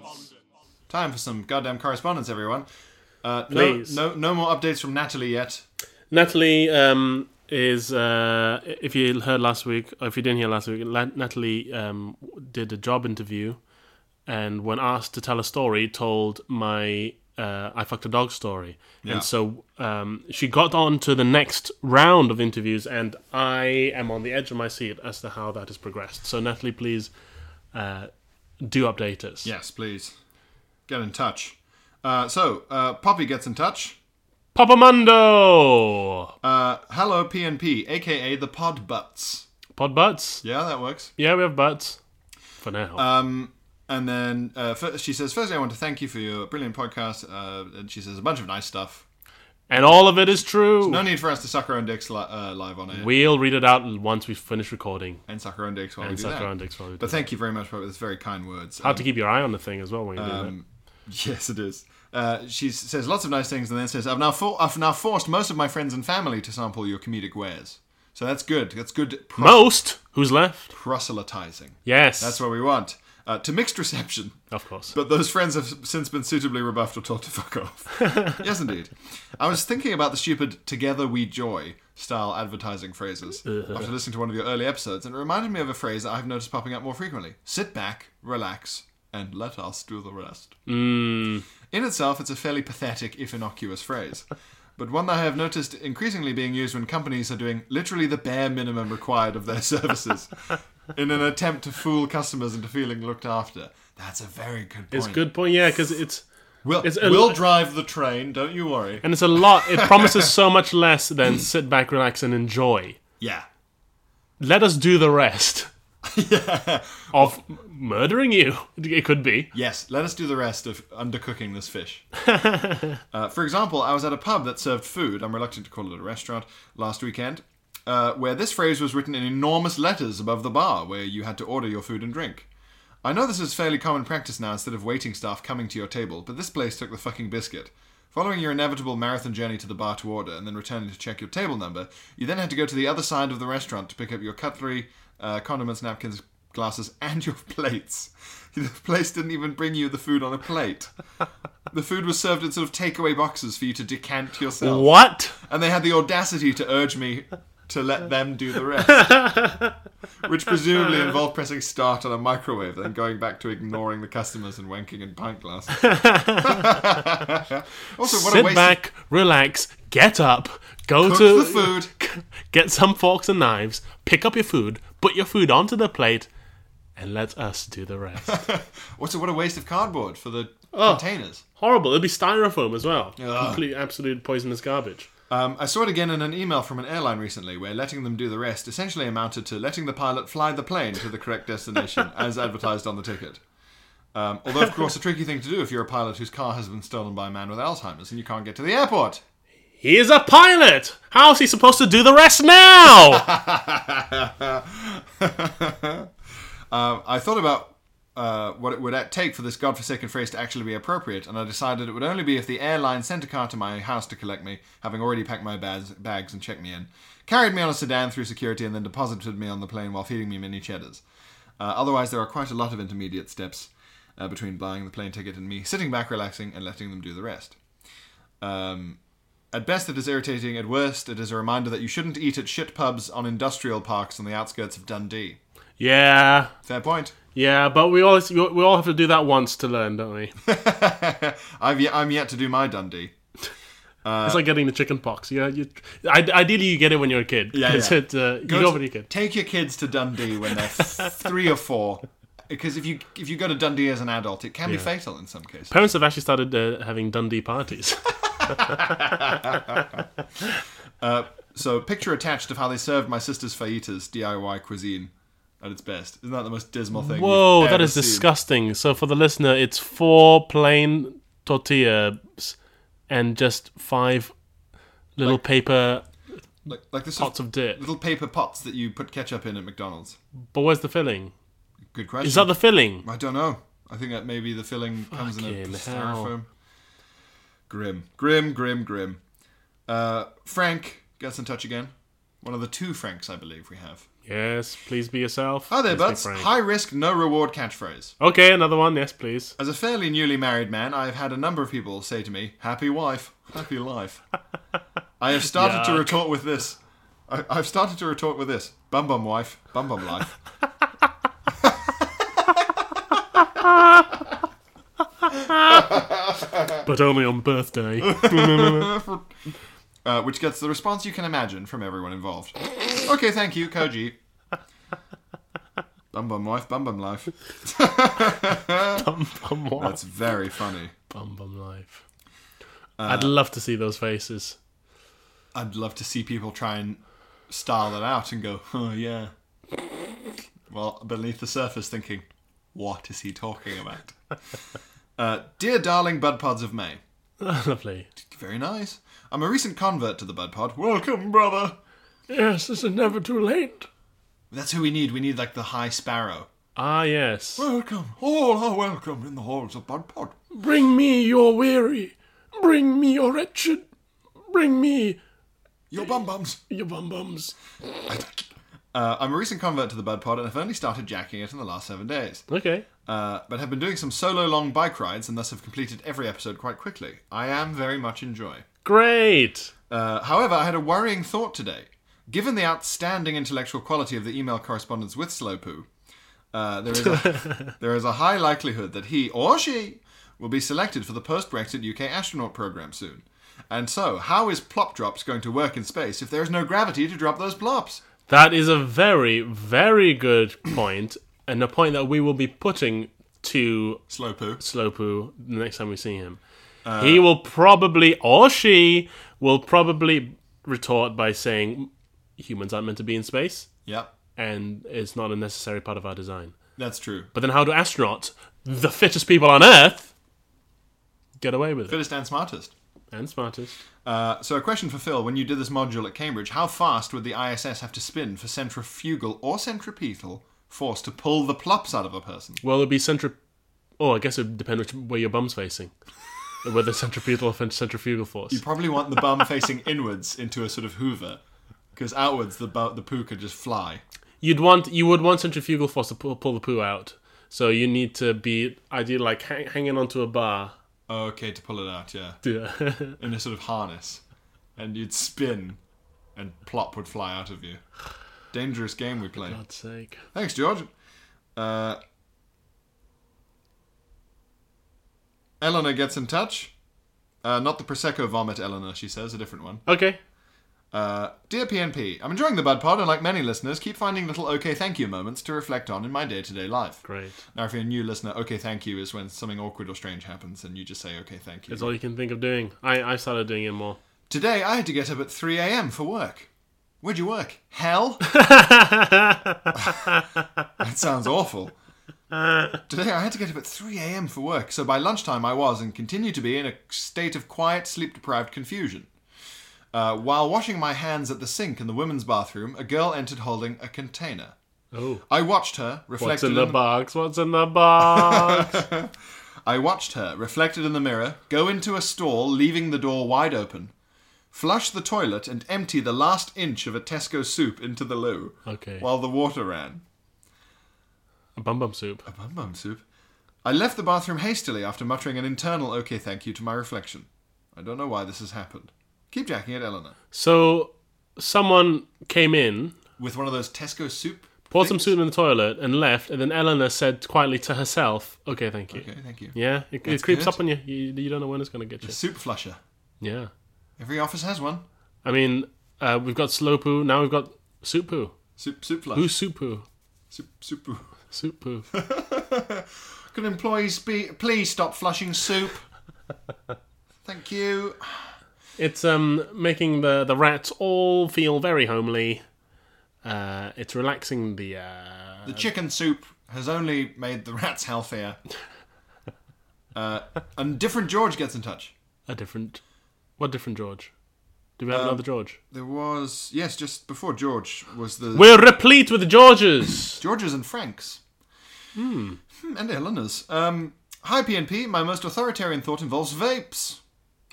Time for some goddamn correspondence, everyone. Uh,
Please.
No, no, no more updates from Natalie yet.
Natalie um, is, uh, if you heard last week, or if you didn't hear last week, La- Natalie um, did a job interview and, when asked to tell a story, told my uh, I fucked a dog story.
Yeah.
And so um, she got on to the next round of interviews, and I am on the edge of my seat as to how that has progressed. So, Natalie, please uh, do update us.
Yes, please get in touch. Uh, so uh, Poppy gets in touch.
Papa Mundo!
Uh, hello PNP, aka the Pod Butts.
Pod butts?
Yeah, that works.
Yeah, we have butts. For now.
Um, and then uh, fir- she says, firstly, I want to thank you for your brilliant podcast. Uh, and she says a bunch of nice stuff.
and all of it is true.
No need for us to suck our own dicks li- uh, live on air.
We'll read it out once we finish recording.
and suck our own dicks while
And
we do
suck
that.
our own dicks while we do
But thank you very much for those very kind words. Um,
How to keep your eye on the thing as well when you do that.
Yes, it is. Uh, she s- says lots of nice things, and then says, "I've now for- I've now forced most of my friends and family to sample your comedic wares." So that's good. That's good pro-
Most who's left?
proselytizing.
Yes,
That's what we want. Uh, to mixed reception,
Of course.
but those friends have since been suitably rebuffed or told to fuck off. yes, indeed. I was thinking about the stupid "Together We Joy" style advertising phrases
Uh-huh.
after listening to one of your early episodes, and it reminded me of a phrase that I've noticed popping up more frequently: "Sit back, relax, and let us do the rest."
Mm,
In itself, it's a fairly pathetic, if innocuous phrase, but one that I have noticed increasingly being used when companies are doing literally the bare minimum required of their services in an attempt to fool customers into feeling looked after. That's a very good point.
it's good point. Yeah, because it's
We'll,
It's a-
we'll drive the train, don't you worry.
and it's a lot. It promises so much less than sit back, relax, and enjoy.
Yeah.
Let us do the rest. Of m- murdering you. It could be.
Yes, let us do the rest of undercooking this fish. uh, for example, I was at a pub that served food, I'm reluctant to call it a restaurant, last weekend, uh, where this phrase was written in enormous letters above the bar where you had to order your food and drink. I know this is fairly common practice now instead of waiting staff coming to your table, but this place took the fucking biscuit. Following your inevitable marathon journey to the bar to order and then returning to check your table number, you then had to go to the other side of the restaurant to pick up your cutlery, uh, condiments, napkins, glasses, and your plates. The place didn't even bring you the food on a plate. The food was served in sort of takeaway boxes for you to decant yourself.
What?
And they had the audacity to urge me to let them do the rest. Which presumably involved pressing start on a microwave, then going back to ignoring the customers and wanking in pint glasses. also, what a
sit
waste
back, relax, get up, go
Cook
to
the food.
get some forks and knives, pick up your food, put your food onto the plate, and let us do the rest.
Of, also, what a waste of cardboard for the
Oh.
containers.
Horrible. It'd be styrofoam as well.
Ugh.
Complete, absolute poisonous garbage.
Um, I saw it again in an email from an airline recently where letting them do the rest essentially amounted to letting the pilot fly the plane to the correct destination as advertised on the ticket. Um, although, of course, a tricky thing to do if you're a pilot whose car has been stolen by a man with Alzheimer's and you can't get to the airport.
He is a pilot. How's he supposed to do the rest now?
Um, I thought about uh, what it would take for this godforsaken phrase to actually be appropriate, and I decided it would only be if the airline sent a car to my house to collect me, having already packed my bags, bags and checked me in, carried me on a sedan through security, and then deposited me on the plane while feeding me mini cheddars. Uh, otherwise, there are quite a lot of intermediate steps uh, between buying the plane ticket and me sitting back, relaxing, and letting them do the rest. Um, at best, it is irritating. At worst, it is a reminder that you shouldn't eat at shit pubs on industrial parks on the outskirts of Dundee.
yeah,
Fair point.
yeah, but we all we all have to do that once to learn, don't we?
I've yet, I'm yet to do my Dundee. Uh,
it's like getting the chicken pox. Yeah, you, I, ideally you get it when you're a kid.
Yeah,
It's
yeah.
it, uh, you
Go
go
to-
when you're a kid.
Take your kids to Dundee when they're three or four, because if you if you go to Dundee as an adult, it can be fatal in some cases.
Parents have actually started uh, having Dundee parties.
So picture attached of how they served my sister's fajitas DIY cuisine at its best. Isn't that the most dismal thing?
Whoa,
you've
that
ever
is
seen?
disgusting. So for the listener, it's four plain tortillas and just five little paper
Like, like the sort
pots of dirt.
little paper pots that you put ketchup in at McDonald's.
But where's the filling?
Good question.
Is that the filling?
I don't know. I think that maybe the filling comes in a
Fucking hell.
styrofoam. Grim, grim, grim, grim. Uh, Frank gets in touch again. One of the two Franks, I believe, we have.
Yes, please be yourself.
Hi there,
Please be
Butts.
frank.
High risk, no reward catchphrase.
Okay, another one. Yes, please.
As a fairly newly married man, I have had a number of people say to me, Happy wife, happy life. I have started to retort with this. I, I've started to retort with this. Bum bum wife, bum bum life.
But only on birthday.
uh, which gets the response you can imagine from everyone involved. Okay, thank you, Koji. Bum bum life, bum bum life.
bum bum life.
That's very funny.
Bum bum life. I'd love to see those faces.
I'd love to see people try and style that out and go, oh yeah. Well, beneath the surface, thinking, what is he talking about? uh, Dear darling Bud Pods of May,
Lovely.
very nice. I'm a recent convert to the Bud Pod. Welcome, brother.
Yes, this is never too late.
That's who we need. We need like the High Sparrow.
Ah, yes.
Welcome, all are welcome in the halls of Bud Pod.
Bring me your weary. Bring me your wretched. Bring me
Your bum bums.
your bum bums.
Uh, I'm a recent convert to the Bud Pod and have only started jacking it in the last seven days.
Okay.
uh, but have been doing some solo long bike rides and thus have completed every episode quite quickly. I am very much enjoying.
Great.
Uh, however, I had a worrying thought today. Given the outstanding intellectual quality of the email correspondence with Slowpoo, uh, there, is a, there is a high likelihood that he or she will be selected for the post Brexit UK astronaut program soon. And so, how is plop drops going to work in space if there is no gravity to drop those plops?
That is a very, very good point, and a point that we will be putting to
Slowpoo.
Slowpoo the next time we see him. he will probably, or she will probably retort by saying, humans aren't meant to be in space,
Yep,
and it's not a necessary part of our design.
that's true.
But then how do astronauts, the fittest people on Earth, get away with it?
Fittest and smartest.
And smartest.
Uh, so, a question for Phil. When you did this module at Cambridge, how fast would the ISS have to spin for centrifugal or centripetal force to pull the plops out of a person?
Well, it'd be centri... Oh, I guess it would depend which way your bum's facing. Whether centripetal or centrifugal force.
You probably want the bum facing inwards into a sort of hoover, because outwards the, bu- the poo could just fly.
You'd want you would want centrifugal force to pull, pull the poo out. So you need to be ideally like hang, hanging onto a bar.
Okay, to pull it out, yeah.
Yeah.
In a sort of harness. And you'd spin, and plop would fly out of you. Dangerous game we play.
God's sake.
Thanks, George. Uh, Eleanor gets in touch. Uh, not the Prosecco vomit, Eleanor, she says, a different one.
Okay.
Uh, Dear PNP, I'm enjoying the Bud Pod, and like many listeners, keep finding little okay thank you moments to reflect on in my day to day life.
Great.
Now, if you're a new listener, okay thank you is when something awkward or strange happens and you just say okay thank you.
That's all you can think of doing. I, I started doing it more.
Today, I had to get up at 3 a.m. for work. Where'd you work? Hell? that sounds awful. Today, I had to get up at 3 a.m. for work, so by lunchtime, I was and continue to be in a state of quiet, sleep deprived confusion. Uh, while washing my hands at the sink in the women's bathroom, a girl entered holding a container.
Oh.
I watched her
What's
reflected
in the box? What's in the box?
I watched her, reflected in the mirror, go into a stall, leaving the door wide open, flush the toilet, and empty the last inch of a Tesco soup into the loo
Okay.
while the water ran.
A bum bum soup.
A bum bum soup. I left the bathroom hastily after muttering an internal okay thank you to my reflection. I don't know why this has happened. Keep jacking it, Eleanor.
So someone came in,
With one of those Tesco soup.
poured some
things?
soup in the toilet, and left. And then Eleanor said quietly to herself, "Okay, thank you."
Okay, thank you.
Yeah, it, it
That's
creeps
good.
up on you. you. You don't know when it's gonna get
The
you.
soup flusher.
Yeah.
Every office has one.
I mean, uh, we've got slow poo. Now we've got soup poo.
Soup, soup flush.
Who's soup poo?
Soup, soup. boo.
Soup poo.
Could employees be please stop flushing soup? Thank you.
It's um making the the rats all feel very homely. Uh, it's relaxing the uh,
The chicken soup has only made the rats healthier. Uh, and different George gets in touch.
a different what different George? Do
Um,
we have another George?
There was yes, just before George was the
We're replete with Georges.
Georges and Franks. Hmm. And Eleanor's. Um, hi PNP. My most authoritarian thought involves vapes.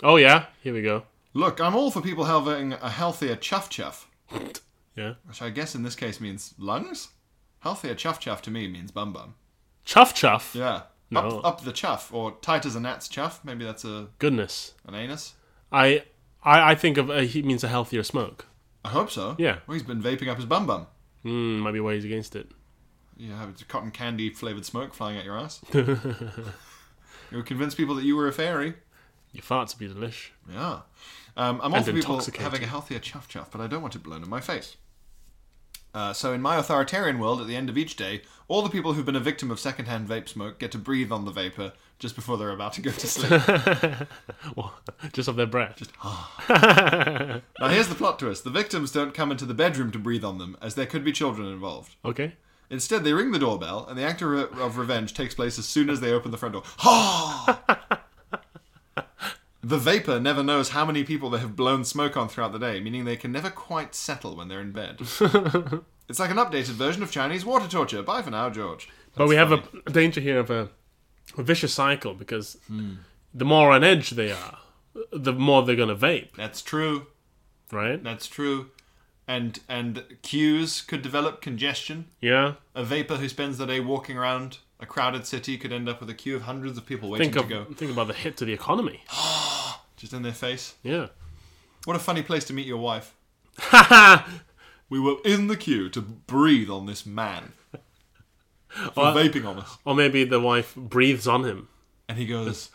oh yeah, here we go.
Look, I'm all for people having a healthier chuff chuff,
Yeah,
which I guess in this case means lungs. Healthier chuff chuff to me means bum bum.
chuff chuff.
Yeah.
No.
Up, up the chuff, or tight as a gnat's chuff. Maybe that's a
Goodness,
an anus.
I I, I think of uh, he means a healthier smoke.
I hope so.
Yeah.
Well, he's been vaping up his bum bum.
Hmm, might be why he's against it.
You have cotton candy flavored smoke flying at your ass. you would convince people that you were a fairy.
Your farts would be delish.
Yeah. Um, I'm all
And
for people
intoxicating.
having a healthier chuff chuff, but I don't want it blown in my face. Uh, so, in my authoritarian world, at the end of each day, all the people who've been a victim of secondhand vape smoke get to breathe on the vapor just before they're about to go to sleep.
Well, just of their breath.
now, here's the plot twist the victims don't come into the bedroom to breathe on them, as there could be children involved.
okay.
Instead, they ring the doorbell, and the act of, re- of revenge takes place as soon as they open the front door. Ha! the vapor never knows how many people they have blown smoke on throughout the day, meaning they can never quite settle when they're in bed. it's like an updated version of Chinese water torture. Bye for now, George.
But we have a danger here of a, a vicious cycle because
Hmm.
the more on edge they are, the more they're going to vape,
That's true.
right?
That's true. And and queues could develop congestion.
Yeah.
A vapor who spends the day walking around a crowded city could end up with a queue of hundreds of people waiting
Think
to
of
go
think about the hit to the economy.
just in their face.
Yeah.
What a funny place to meet your wife. We were in the queue to breathe on this man for vaping on us.
or maybe the wife breathes on him.
And he goes,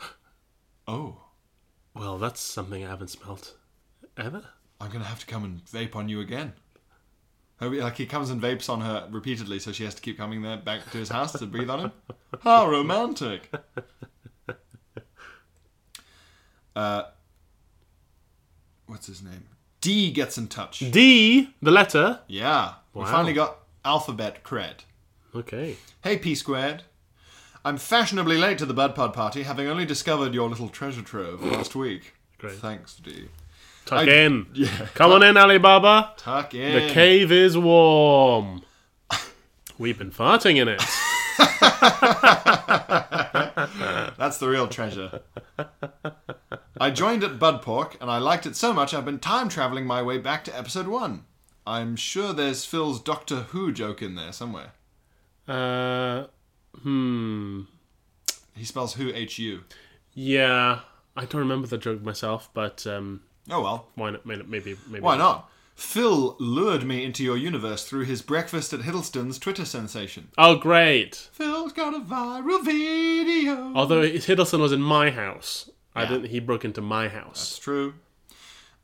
Oh,
Well, that's something I haven't smelt ever.
I'm going to have to come and vape on you again. Oh, Like he comes and vapes on her repeatedly, so she has to keep coming there back to his house to breathe on him. How romantic! Uh, what's his name? D gets in touch.
D, the letter.
Yeah, we
Wow.
finally got alphabet cred.
Okay.
Hey, P squared. I'm fashionably late to the Bud Pod party, having only discovered your little treasure trove last week.
Great.
Thanks, D.
Tuck
I-
in. Come on in, Alibaba.
Tuck in.
The cave is warm. We've been farting in it.
That's the real treasure. I joined at Bud Pork, and I liked it so much I've been time traveling my way back to episode one. I'm sure there's Phil's Doctor Who joke in there somewhere.
Uh, hmm.
He spells Who H U.
Yeah, I don't remember the joke myself, but um,
Oh well.
why not? Maybe, maybe, maybe
Why not? Phil lured me into your universe through his breakfast at Hiddleston's Twitter sensation.
Oh, great!
Phil's got a viral video.
Although Hiddleston was in my house, I didn't. He broke into my house.
It's true.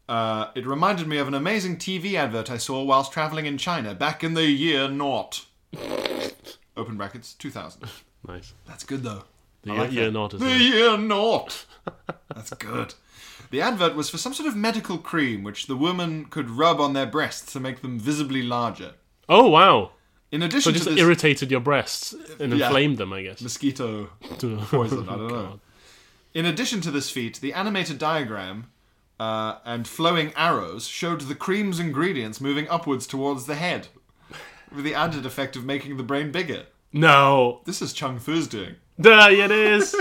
Uh, it reminded me of an amazing TV advert I saw whilst traveling in China back in the year naught. Open brackets, 2000.
Nice.
That's good though.
The
I
year,
like
year
that.
not as
The
well.
year naught. That's good. The advert was for some sort of medical cream which the woman could rub on their breasts to make them visibly larger.
Oh wow!
In addition
So it just
to this
irritated your breasts and
Yeah.
inflamed them, I guess. Oh,
mosquito poison, I don't know. In addition to this feat, the animated diagram uh, and flowing arrows showed the cream's ingredients moving upwards towards the head, with the added effect of making the brain bigger.
No,
This is Chung Fu's doing.
there it is.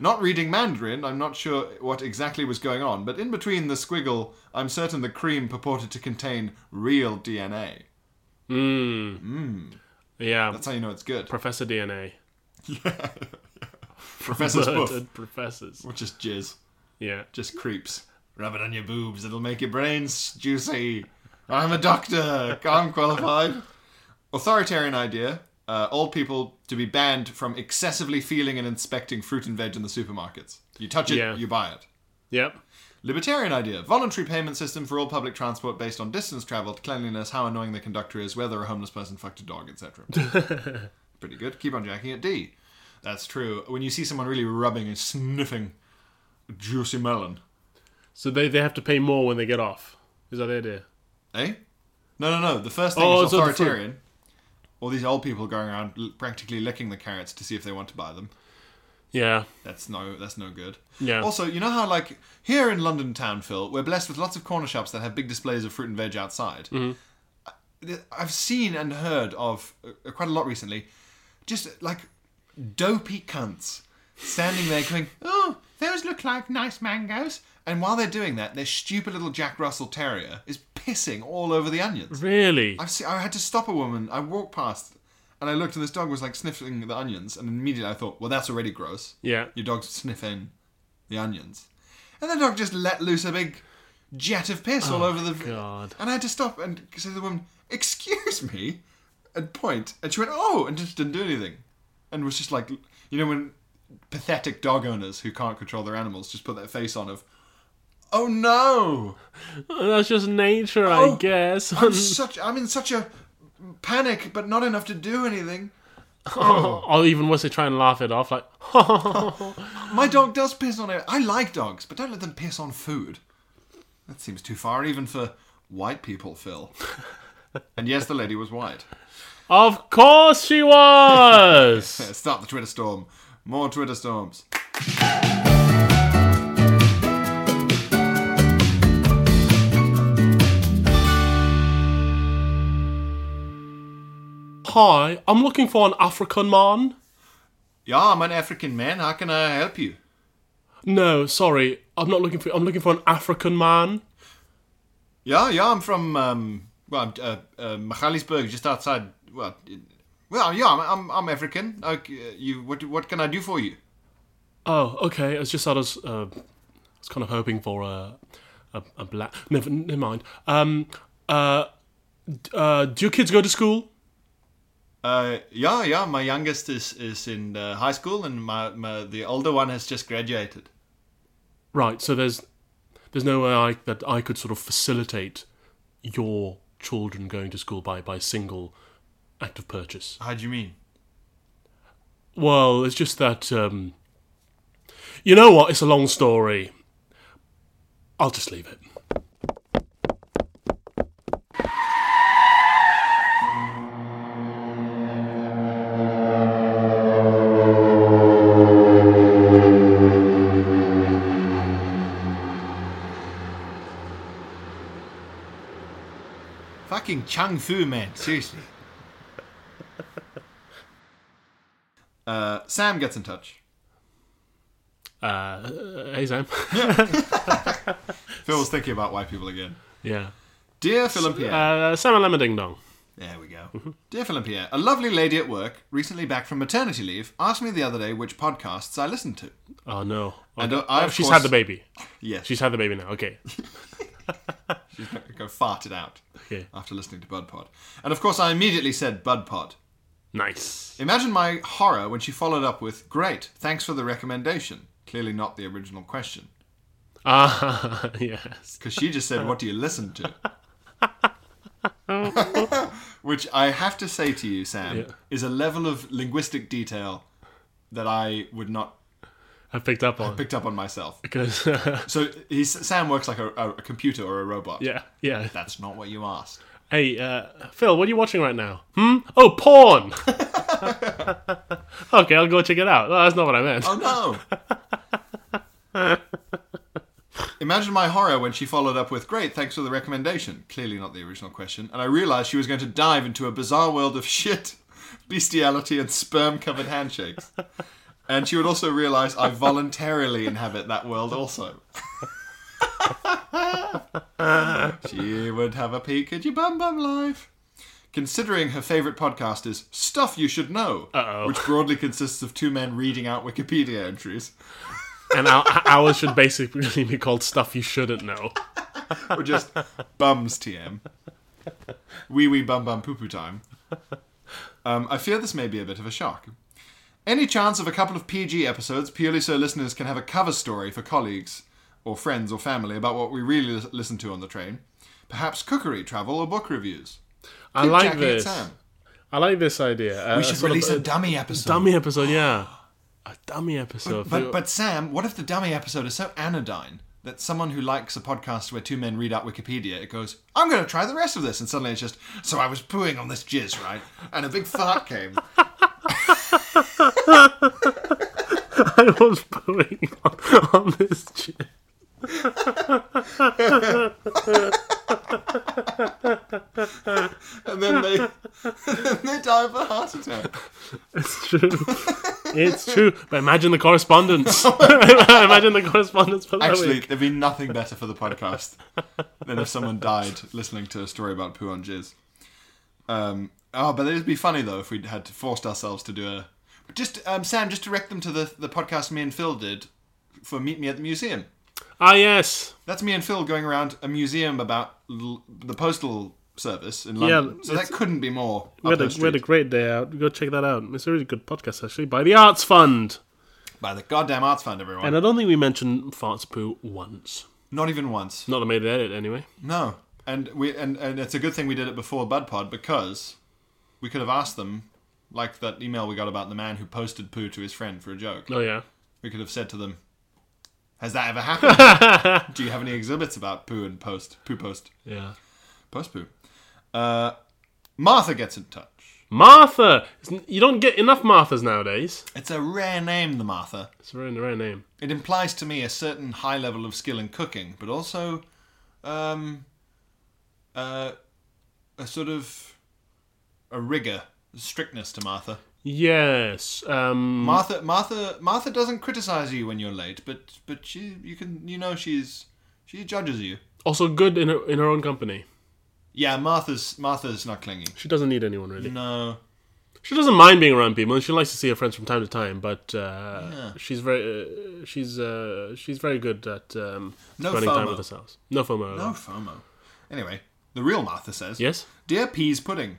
Not reading Mandarin, I'm not sure what exactly was going on, but in between the squiggle, I'm certain the cream purported to contain real DNA.
Hmm. yeah,
Hmm. That's how you know it's good.
Professor DNA.
Professor's Puff,
Murdered professors.
which is jizz,
Yeah.
just creeps. Rub it on your boobs, it'll make your brains juicy. I'm a doctor, I'm qualified. Authoritarian idea. Uh, old people to be banned from excessively feeling and inspecting fruit and veg in the supermarkets. You touch it,
Yeah.
you buy it.
Yep.
Libertarian idea. Voluntary payment system for all public transport based on distance traveled, cleanliness, how annoying the conductor is, whether a homeless person fucked a dog, etc. Pretty good. Keep on jacking it. D. That's true. When you see someone really rubbing and sniffing a juicy melon.
So they, they have to pay more when they get off. Is that the idea?
Eh? No, no, no. The first thing
Oh,
is
so the fruit.
authoritarian. All these old people going around l- practically licking the carrots to see if they want to buy them.
Yeah.
That's no, that's no good.
Yeah.
Also, you know how like here in London town, Phil, we're blessed with lots of corner shops that have big displays of fruit and veg outside.
Mm-hmm.
I- I've seen and heard of uh, quite a lot recently, just like dopey cunts standing there going, "Oh, those look like nice mangoes," and while they're doing that, their stupid little Jack Russell Terrier is pissing all over the onions.
Really?
I've seen, I had to stop a woman. I walked past and I looked, and this dog was like sniffing the onions. And immediately I thought, well, that's already gross.
Yeah.
Your dog's sniffing the onions. And the dog just let loose a big jet of piss all over the.
God.
And I had to stop and say to the woman, excuse me, and point. And she went, oh, and just didn't do anything. And was just like, you know, when pathetic dog owners who can't control their animals just put that face on of, oh no!
Oh, That's just nature, I
Oh,
guess.
I'm such I'm in such a panic, but not enough to do anything.
or even worse, they try and laugh it off, like,
My dog does piss on it. I like dogs, but don't let them piss on food. That seems too far, even for white people, Phil. and yes, the lady was white.
of course she was.
Let's start the Twitter storm. More Twitter storms.
Hi, I'm looking for an African man.
Yeah, I'm an African man. How can I help you?
No, sorry, I'm not looking for. I'm looking for an African man.
Yeah, yeah, I'm from um, well, uh, uh, Michalisburg, just outside. Well, in- well, yeah, I'm I'm, I'm African. Like, uh, you, what what can I do for you?
Oh, okay. It's just that I was, uh, I was kind of hoping for a, a, a black. Never, never mind. Um, uh, d- uh, do your kids go to school?
Uh, yeah, yeah. My youngest is is in uh, high school, and my, my the older one has just graduated.
Right. So there's, there's no way I, that I could sort of facilitate your children going to school by by single act of purchase.
How do you mean?
Well, it's just that. Um, you know what? It's a long story. I'll just leave it.
Fucking Chang Fu, man. Seriously. uh, Sam gets in touch.
Uh, hey Sam.
Phil was thinking about white people again.
yeah.
Dear Phil and Pierre.
Uh, Sam and Lemma Ding Dong.
There we go. Dear Phil and Pierre, a lovely lady at work, recently back from maternity leave, asked me the other day which podcasts I listened to.
Oh no.
I
Okay.
don't- I,
Oh,
of
she's
course-
had the baby.
Yes.
She's had the baby now. Okay.
She's going to go fart it out
Okay.
after listening to Bud Pod. And of course, I immediately said Bud Pod.
Nice.
Imagine my horror when she followed up with, Great, thanks for the recommendation. Clearly not the original question.
Ah, yes.
Because she just said, What do you listen to? Which I have to say to you, Sam,
Yeah.
is a level of linguistic detail that I would not
I picked up on
picked up on myself.
because
So he's, Sam works like a, a computer or a robot.
yeah, yeah.
That's not what you asked.
Hey, uh, Phil, what are you watching right now? Hmm? Oh, porn. okay, I'll go check it out. No, that's not what I meant.
Oh no! Imagine my horror when she followed up with, Great, thanks for the recommendation. Clearly not the original question. And I realised she was going to dive into a bizarre world of shit, bestiality, and sperm covered handshakes. And she would also realise I voluntarily inhabit that world also. she would have a peek at your bum bum life. Considering her favourite podcast is Stuff You Should Know, which broadly consists of two men reading out Wikipedia entries.
And our, ours should basically be called stuff you shouldn't know.
or just bums TM. Wee wee bum bum poo poo time. Um, I fear this may be a bit of a shock. Any chance of a couple of PG episodes purely so listeners can have a cover story for colleagues or friends or family about what we really lis- listen to on the train? Perhaps cookery, travel, or book reviews.
I
Keep
like
jacking it,
this. I like this idea. Uh,
We should
sort of
release
a
a dummy episode.
dummy episode, yeah. A dummy episode.
But, but Sam, what if the dummy episode is so anodyne that someone who likes a podcast where two men read out Wikipedia, it goes, I'm going to try the rest of this. And suddenly it's just, so I was pooing on this jizz, right? And a big fart came.
I was pulling on, on this chair.
And then they, then they die of a heart attack.
It's true. It's true. But imagine the correspondence. imagine the correspondence for that
Actually,
week.
there'd be nothing better for the podcast than if someone died listening to a story about poo on jizz. Um, oh, but it'd be funny though if we had forced ourselves to do a. Just um, Sam, just direct them to the the podcast me and Phil did for Meet Me at the Museum.
Ah, yes.
That's me and Phil going around a museum about l- the postal service in London. so that couldn't be more.
We
Up
had,
her
a, we had a
street.
great day out. Go check that out. It's a really good podcast, actually, by the Arts Fund.
By the goddamn arts fund, everyone.
And I don't think we mentioned farts poo once.
Not even once.
Not that I made an edit, anyway.
No. And we and, and it's a good thing we did it before BudPod because we could have asked them, like that email we got about the man who posted poo to his friend for a joke.
Oh, yeah.
We could have said to them, "Has that ever happened? Do you have any exhibits about poo and post poo post
Yeah.
post poo?" Uh, Martha gets in touch.
Martha! It's- You don't get enough Marthas nowadays.
It's a rare name, the Martha.
It's a very rare name.
It implies to me a certain high level of skill in cooking, but also um, uh, a sort of a rigor, strictness to Martha.
Yes. Um,
Martha, Martha, Martha doesn't criticize you when you're late, but but she, you can, you know, she's she judges you.
also good in her, in her own company.
Yeah, Martha's Martha's not clingy.
She doesn't need anyone, really.
No,
She doesn't mind being around people, and she likes to see her friends from time to time. But uh, she's very, uh, she's uh, she's very good at um,
No
spending time
FOMO.
with herself. No FOMO. at
no
all.
FOMO. Anyway, the real Martha says,
Yes.
dear peas pudding."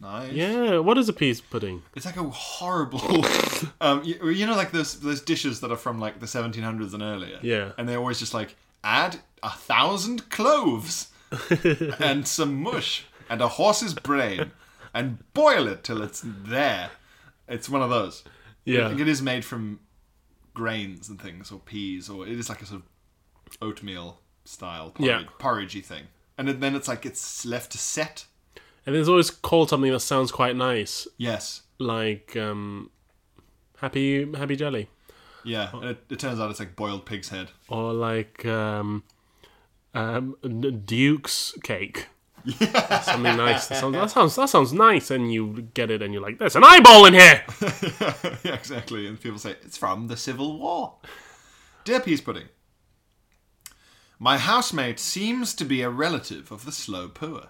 Nice.
Yeah. What is a peas pudding?
It's like a horrible, um, you, you know, like those those dishes that are from like the 1700s and earlier.
Yeah.
and they're always just like add a thousand cloves and some mush and a horse's brain and boil it till it's there. It's one of those. I
Yeah.
think it is made from grains and things or peas or it is like a sort of oatmeal style
Yeah.
porridge, porridgey thing. And then it's like it's left to set.
And it's always called something that sounds quite nice,
Yes.
like um, happy happy jelly,
Yeah.
Oh.
And it, it turns out it's like boiled pig's head.
or like um, um, n- Duke's cake. something nice. That sounds, that sounds that sounds nice, and you get it, and you're like, "There's an eyeball in here."
yeah, exactly. And people say, it's from the Civil War. Dear Peas Pudding, my housemate seems to be a relative of the slow poor.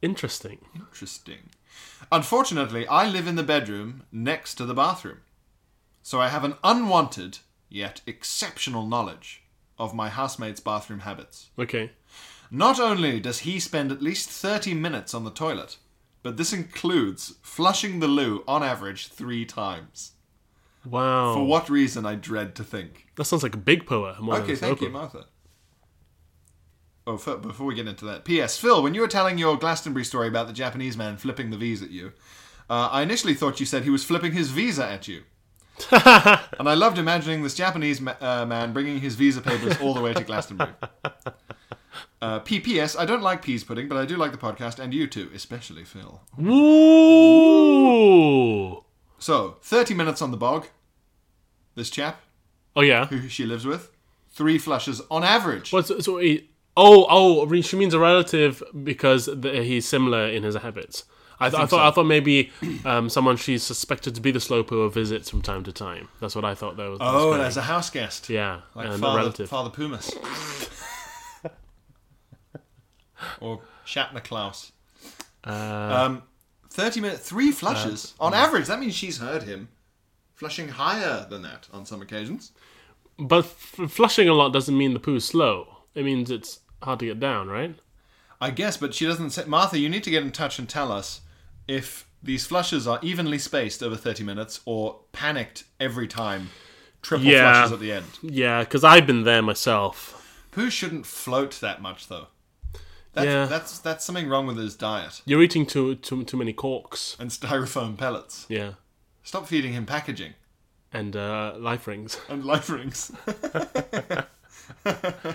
Interesting.
Interesting. Unfortunately, I live in the bedroom next to the bathroom. So I have an unwanted, yet exceptional knowledge of my housemate's bathroom habits.
Okay.
Not only does he spend at least 30 minutes on the toilet, but this includes flushing the loo on average three times.
Wow.
For what reason, I dread to think.
That sounds like a big power. more than
okay,
a
thank you,
soap opera.
Martha. Oh, f- before we get into that, P.S. Phil, when you were telling your Glastonbury story about the Japanese man flipping the V's at you, uh, I initially thought you said he was flipping his visa at you. and I loved imagining this Japanese ma- uh, man bringing his visa papers all the way to Glastonbury. Uh, P.P.S. I don't like peas pudding, but I do like the podcast and you too, especially Phil.
Woo!
So, 30 minutes on the bog. This chap,
Oh yeah.
who she lives with, three flushes on average.
What's so he, oh oh re- she means a relative because the, he's similar in his habits. I, th- I, thought I thought maybe um, someone she's suspected to be the Slowpoke visits from time to time. That's what I thought that was.
Oh,
describing.
as a house guest.
yeah,
Like
and
Father,
a relative.
Father Pumas. or Shatner Klaus.
Uh,
um, 30 minute, three flushes on average. That means she's heard him flushing higher than that on some occasions.
But f- flushing a lot doesn't mean the poo's slow. It means it's hard to get down, right?
I guess, but she doesn't say. Martha, you need to get in touch and tell us if these flushes are evenly spaced over 30 minutes or panicked every time. Triple
Yeah.
flushes at the end.
Yeah, because I've been there myself.
Pooh shouldn't float that much, though. That's,
Yeah.
that's, that's something wrong with his diet.
You're eating too too too many corks.
and styrofoam pellets.
Yeah,
Stop feeding him packaging
and uh, life rings
and life rings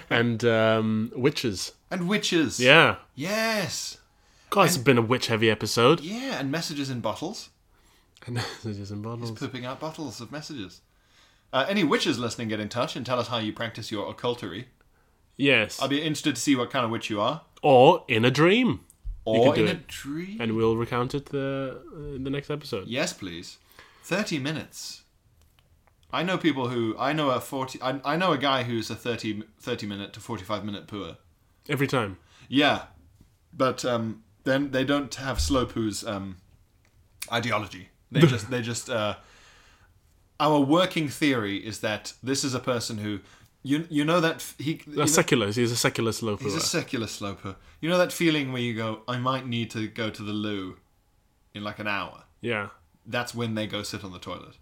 and um, witches.
and witches.
Yeah,
Yes.
God, it's been a witch-heavy episode.
Yeah, and messages in bottles.
And messages and
He's
bottles.
pooping out bottles of messages. Uh, any witches listening, get in touch and tell us how you practice your occultery.
Yes,
I'll be interested to see what kind of witch you are,
or in a dream,
or
can
in
do
a
it.
dream.
and we'll recount it the uh, the next episode.
Yes, please. Thirty minutes. I know people who I know a forty. I, I know a guy who's a 30, 30 minute to forty-five minute pooer.
Every time.
Yeah, but um, then they don't have Slowpoo's um, ideology. They just they just uh, our working theory is that this is a person who you you know that f- he you know-
A secular. He's a secular sloper.
he's a secular sloper. You know that feeling where you go, I might need to go to the loo in like an hour.
yeah.
That's when they go sit on the toilet.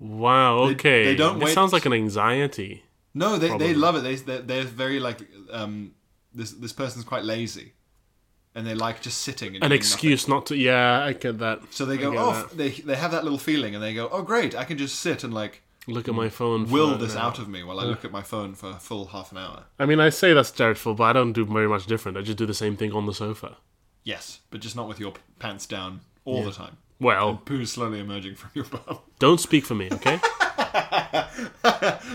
Wow.
They-
Okay.
they don't
it
wait-
sounds like an anxiety.
No, they, they
Probably.
love it. They they're, they're very like um, this this person's quite lazy, and they like just sitting. And
An
doing nothing.
excuse not to. Yeah, I get that.
So they
I
go,
get
oh,
that.
f- they they have that little feeling, and they go, oh, great, I can just sit and like
Look at my phone. for
Mm. will
an
this
hour."
out of me while I look at my phone for a full half an hour.
I mean, I say that's dreadful, but I don't do very much different. I just do the same thing on the sofa.
Yes, but just not with your p- pants down all the time.
Well,
Poo slowly emerging from your bum.
don't speak for me, okay?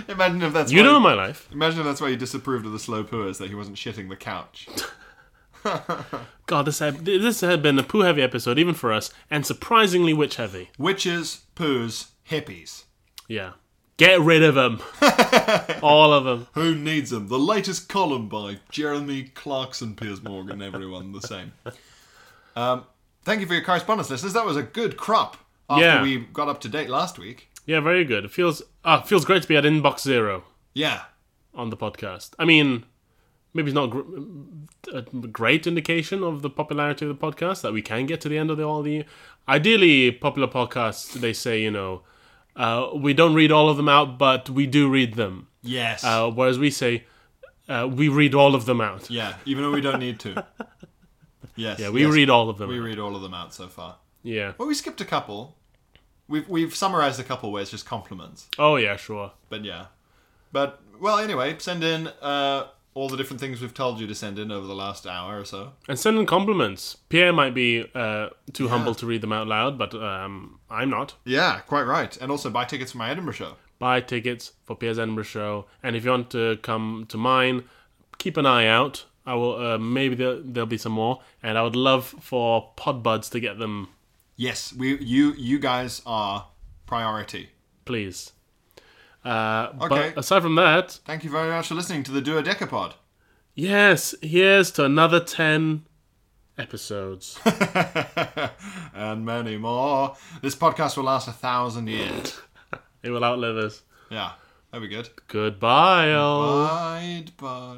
imagine if that's
you
why,
know my life.
Imagine if that's why you disapproved of the slow pooers that he wasn't shitting the couch.
God, this had, this had been a poo heavy episode, even for us, and surprisingly witch heavy.
Witches, poos, hippies.
Yeah. Get rid of them. All of them.
Who needs them? The latest column by Jeremy Clarkson, Piers Morgan, everyone the same. Um, thank you for your correspondence, listeners. That was a good crop after
Yeah.
we got up to date last week.
Yeah, very good. It feels ah, it feels great to be at inbox zero
Yeah.
on the podcast. I mean, maybe it's not gr- a great indication of the popularity of the podcast that we can get to the end of the, all the. Ideally, popular podcasts they say you know, uh, we don't read all of them out, but we do read them.
Yes.
Uh, whereas we say. Uh, we read all of them out.
yeah, even though we don't need to. Yes.
Yeah, we
yes.
read all of them.
We
out.
read all of them out so far.
yeah.
Well, we skipped a couple. We've we've summarized a couple where it's just compliments.
Oh yeah, sure.
But yeah. But well, anyway, send in uh, all the different things we've told you to send in over the last hour or so.
And send in compliments. Pierre might be uh, too humble to read them out loud, but um, I'm not.
Yeah, quite right. And also buy tickets for my Edinburgh show.
Buy tickets for Pierre's Edinburgh show, and if you want to come to mine, keep an eye out. I will. Uh, maybe there, there'll be some more, and I would love for Podbuds to get them,
Yes, we you you guys are priority.
please. Uh,
Okay.
But aside from that,
Thank you very much for listening to the Duodecapod.
yes, here's to another ten episodes.
and many more. This podcast will last a thousand years.
it will outlive us.
yeah, that'd be good.
Goodbye, all.
Oh. Bye, bye.